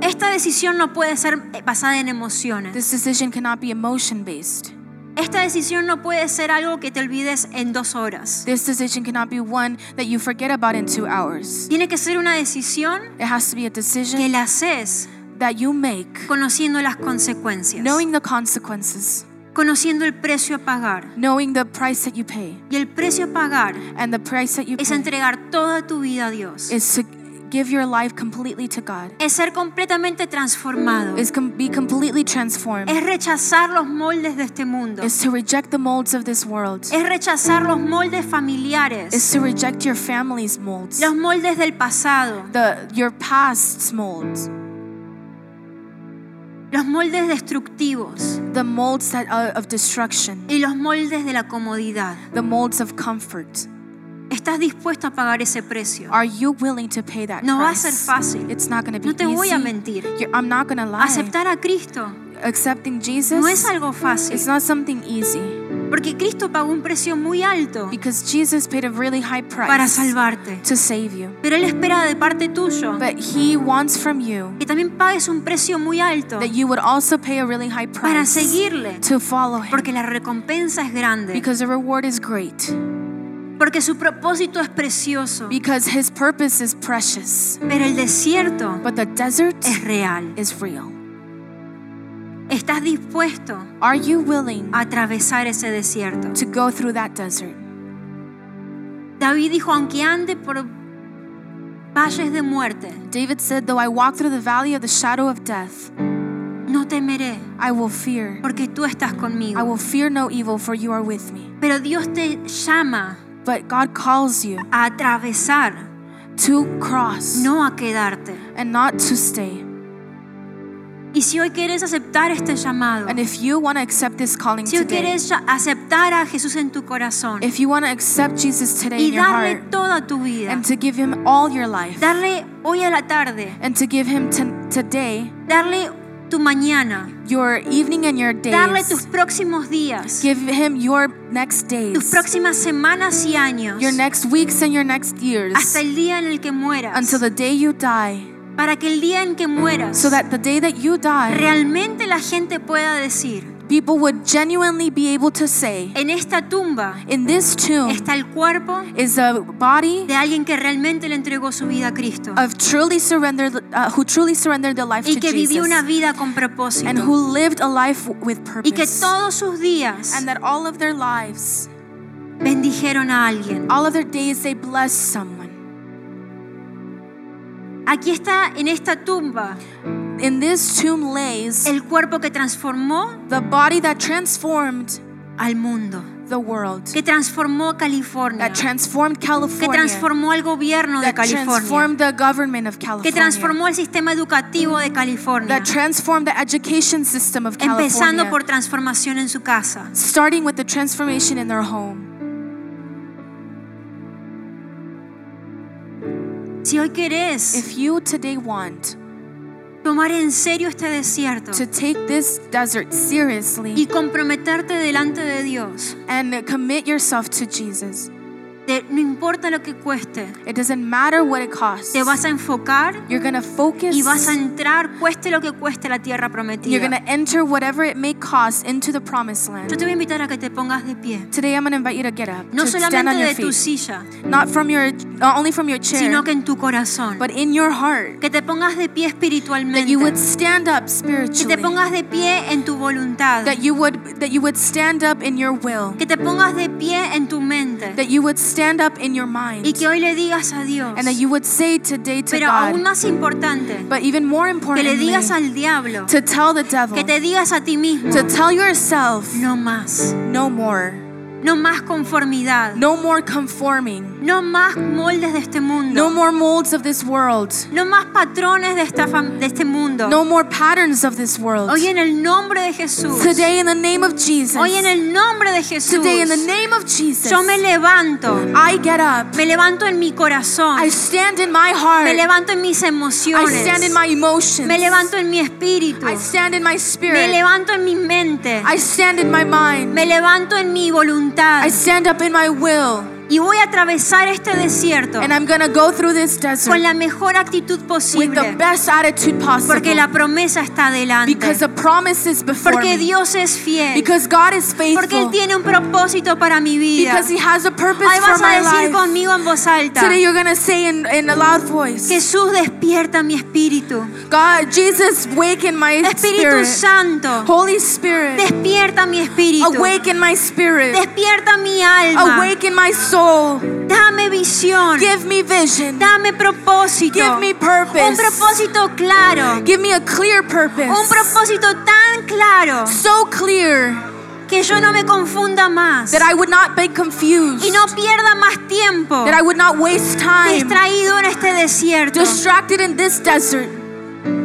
B: Esta decisión no puede ser eh, basada en emociones.
C: This decision cannot be emotion based.
B: Esta decisión no puede ser algo que te olvides en dos horas.
C: This decision cannot be one that you forget about in two hours.
B: Tiene que ser una decisión
C: It has to be a
B: que
C: decision
B: la haces
C: that you make
B: conociendo las consecuencias,
C: knowing the consequences,
B: conociendo el precio a pagar.
C: knowing the price that you pay.
B: Y el precio a pagar
C: And the price that you
B: es
C: pay
B: entregar toda tu vida a Dios.
C: is to give your life completely to God,
B: Es ser completamente transformado.
C: is com- be completely transformed,
B: Es rechazar los moldes de este mundo.
C: is to reject the molds of this world,
B: Es rechazar los moldes familiares,
C: is to reject your family's molds,
B: los moldes del pasado,
C: the your past's molds.
B: los moldes destructivos
C: the molds that are of destruction,
B: y los moldes de la comodidad.
C: the molds of comfort.
B: ¿Estás dispuesto a pagar ese precio?
C: Are you willing to pay that
B: No va a ser
C: price?
B: fácil.
C: It's not going to be
B: No te voy a
C: easy.
B: mentir.
C: You're- I'm not going to lie.
B: Aceptar a Cristo
C: Accepting Jesus
B: no es algo
C: it's
B: fácil,
C: not something easy
B: porque Cristo pagó un precio muy alto
C: because Jesus paid a really high price
B: para salvarte.
C: to save you.
B: Pero Él espera de parte tuyo
C: But he wants from you
B: que también pagues un precio muy alto
C: that you would also pay a really high
B: para
C: price
B: seguirle,
C: to follow him
B: porque la recompensa es grande,
C: because the reward is great,
B: porque su propósito es precioso,
C: because his purpose is precious.
B: pero el desierto
C: But the desert
B: es real.
C: is real.
B: ¿Estás dispuesto
C: Are you willing
B: a atravesar ese desierto?
C: to go through that desert?
B: David dijo, aunque ande por valles de muerte,
C: David said, Though I walk through the valley of the shadow of death,
B: no temeré,
C: I will fear.
B: porque tú estás
C: I
B: conmigo.
C: will fear no evil, for you are with me.
B: Pero Dios te llama
C: But God calls you
B: a atravesar,
C: to cross
B: no a quedarte.
C: and not to stay.
B: Y si hoy quieres aceptar este llamado,
C: And if you want to accept this calling
B: si hoy
C: today,
B: quieres ya- aceptar a Jesús en tu corazón
C: if you want to accept Jesus today
B: y
C: in your
B: darle
C: heart,
B: toda tu vida,
C: and to give Him all your life,
B: darle hoy a la tarde,
C: and to give Him t- today
B: darle tu tu mañana,
C: your evening and your
B: darle tus
C: days.
B: próximos días,
C: Give him your
B: tus
C: next days,
B: próximas semanas y años,
C: your next weeks and your next years
B: hasta el día en el que mueras,
C: until the day you die.
B: para que el día en que mueras
C: So that the day that you die,
B: realmente la gente pueda decir,
C: people would genuinely be able to say,
B: en esta tumba
C: in this tomb
B: está el cuerpo
C: is a body
B: de alguien que realmente le entregó su vida a Cristo
C: of truly surrendered, uh, who truly surrendered their life
B: y
C: to
B: que vivió una
C: Jesus
B: vida con
C: and
B: propósito
C: who lived a life with
B: y que
C: purpose.
B: todos sus días
C: And that all of their lives,
B: bendijeron a alguien.
C: all of their days, they blessed someone.
B: Aquí está en esta tumba
C: In this tomb lays
B: el cuerpo que transformó
C: the body that transformed
B: al mundo,
C: the world,
B: que transformó a California,
C: that transformed
B: que
C: California,
B: transformó al gobierno de
C: that
B: California,
C: transformed the government of
B: que
C: California.
B: transformó el sistema educativo de California,
C: that transformed the education system of
B: empezando
C: California,
B: por transformación en su casa.
C: starting with the transformation in their home.
B: Si hoy querés
C: If you today want
B: tomar en serio este desierto
C: to take this desert
B: y
C: seriously
B: comprometerte delante de Dios,
C: and commit yourself to Jesus,
B: de- no importa lo que cueste,
C: it doesn't matter what it costs.
B: te vas a enfocar
C: You're gonna focus.
B: y vas a entrar, cueste lo que cueste, la tierra
C: You're
B: prometida.
C: gonna enter whatever it may cost into the promised
B: Yo
C: land.
B: te voy a invitar a que te pongas de pie.
C: Today, I'm gonna invite you to get up,
B: No
C: to stand
B: solamente
C: on your
B: de tu
C: feet,
B: silla,
C: not from your, not only from your chair,
B: sino que en tu corazón.
C: but in your heart.
B: Que te pongas de pie
C: That you would
B: espiritualmente.
C: stand
B: Que
C: up
B: te
C: spiritually.
B: pongas de pie en tu voluntad.
C: that you would that you would stand up in your will
B: Que te pongas de pie en tu mente.
C: that you would stand up in your
B: Y
C: mind
B: que hoy le digas a Dios.
C: and that you would say today to
B: Pero aún
C: God
B: más importante,
C: but even more
B: que le
C: importantly
B: digas al diablo.
C: to tell the devil
B: Que te digas a ti mismo.
C: to tell yourself
B: No más.
C: no more
B: No más conformidad.
C: no more conforming
B: No más moldes de este
C: no
B: mundo.
C: more molds of this world
B: No más patrones de, esta fam- de este mundo.
C: no more patterns of this world
B: Hoy en el nombre de Jesús.
C: today in the name of Jesus
B: Hoy en el nombre de Jesús.
C: today in the name of Jesus
B: Yo me levanto.
C: I get up
B: Me levanto en mi corazón.
C: I stand in my
B: Me
C: heart
B: levanto en mis
C: I
B: emociones.
C: stand in my emotions
B: Me levanto en mi espíritu.
C: I stand in my
B: Me
C: spirit
B: levanto en mi mente.
C: I stand in my mind.
B: Me levanto en mi voluntad.
C: I stand up in my will.
B: Y voy a atravesar este desierto
C: And I'm going to go through this
B: con
C: desert
B: la mejor actitud
C: with the
B: posible.
C: best attitude
B: Porque
C: possible.
B: la promesa está
C: Because
B: adelante.
C: the promise is before
B: Porque
C: me.
B: Dios es fiel.
C: Because God is
B: Porque Él
C: faithful.
B: tiene un propósito para mi vida.
C: Because He has a purpose
B: Hoy
C: for
B: vas a
C: my
B: decir
C: life.
B: conmigo en voz alta.
C: Today you're going to say in, in a loud voice,
B: Jesús despierta mi espíritu.
C: God, Jesus, waken my
B: Espíritu
C: spirit.
B: Santo,
C: Holy Spirit,
B: despierta mi espíritu.
C: awaken my spirit.
B: Despierta mi alma.
C: Awaken my soul.
B: Dame visión.
C: Give me vision.
B: Dame propósito.
C: Give me
B: Un
C: purpose.
B: propósito claro.
C: Give me a clear
B: Un
C: purpose.
B: propósito tan claro
C: So clear.
B: que yo no me confunda más.
C: that I would not be confused,
B: Y no pierda más tiempo
C: that I would not waste time,
B: distraído en este desierto.
C: distracted in this desert.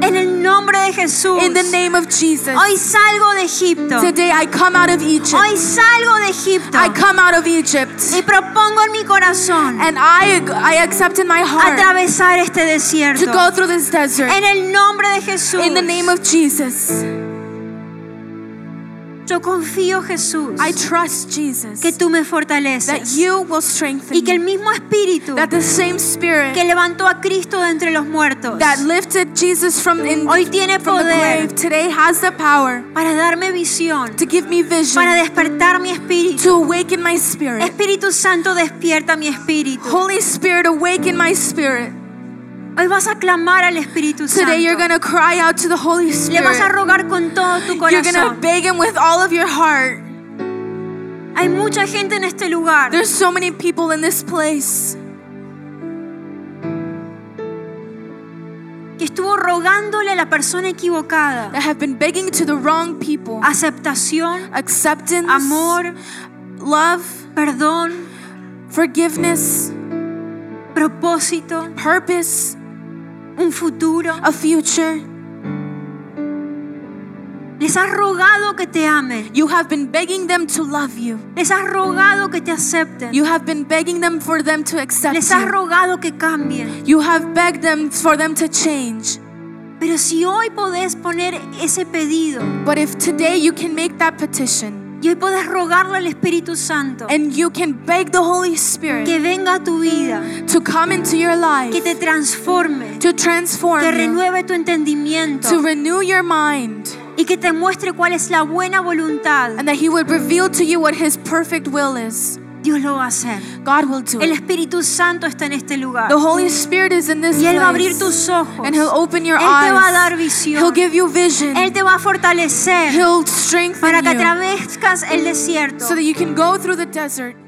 B: En el nombre de Jesús.
C: In the name of Jesus,
B: Hoy salgo de Egipto.
C: today I come out of Egypt.
B: Hoy salgo de Egipto.
C: I come out of Egypt,
B: Y propongo en mi corazón
C: and I I accept in my heart
B: atravesar este
C: to
B: desierto.
C: go through this desert.
B: En el nombre de Jesús.
C: In the name of Jesus,
B: Yo confío, Jesús,
C: I trust Jesus
B: que tú me
C: that
B: fortaleces
C: you will strengthen
B: y que el
C: me,
B: mismo espíritu
C: that the same
B: que
C: Spirit
B: levantó a Cristo de entre los muertos
C: that lifted Jesus from in,
B: hoy tiene
C: from the
B: poder
C: grave today has the power
B: para darme visión,
C: to give me
B: para
C: vision,
B: despertar mi espíritu.
C: to awaken my spirit.
B: Espíritu Santo, despierta mi espíritu.
C: Holy Spirit, awaken my spirit.
B: Hoy vas a clamar al Espíritu Santo.
C: Today you're going to cry out to the Holy
B: Le vas a
C: Spirit.
B: rogar con todo tu
C: You're going to
B: corazón.
C: beg Him with all of your heart.
B: Hay mucha gente en este lugar
C: There's so many people in this place
B: que estuvo rogándole a la persona equivocada
C: that have been begging to the wrong people.
B: aceptación,
C: Acceptance,
B: amor,
C: love,
B: perdón,
C: forgiveness,
B: propósito,
C: purpose,
B: un futuro.
C: a future.
B: Les has rogado que te amen.
C: You have been begging them to love you.
B: Les has rogado que te acepten.
C: You have been begging them for them to accept
B: Les has
C: you.
B: rogado que cambien.
C: You have begged them for them to change.
B: Pero si hoy podés poner ese pedido
C: But if today you can make that petition
B: y hoy podés rogarle al Espíritu Santo
C: and you can beg the Holy Spirit
B: que venga a tu vida,
C: to come into your
B: que
C: life,
B: te transforme,
C: to
B: que
C: transform you,
B: renueve tu entendimiento
C: to renew your mind,
B: y que te muestre cuál es la buena voluntad,
C: and that He would reveal to you what His perfect will is,
B: Dios lo va a hacer.
C: God will do
B: El
C: it.
B: Espíritu Santo está en este lugar.
C: The Holy Spirit is in this
B: Y Él va a abrir
C: place,
B: tus ojos.
C: and He'll open your
B: Él te va a dar
C: eyes. He'll
B: visión.
C: give you vision.
B: Él te va a fortalecer
C: He'll strengthen
B: para que
C: you
B: atravescas el desierto
C: so that you can go through the desert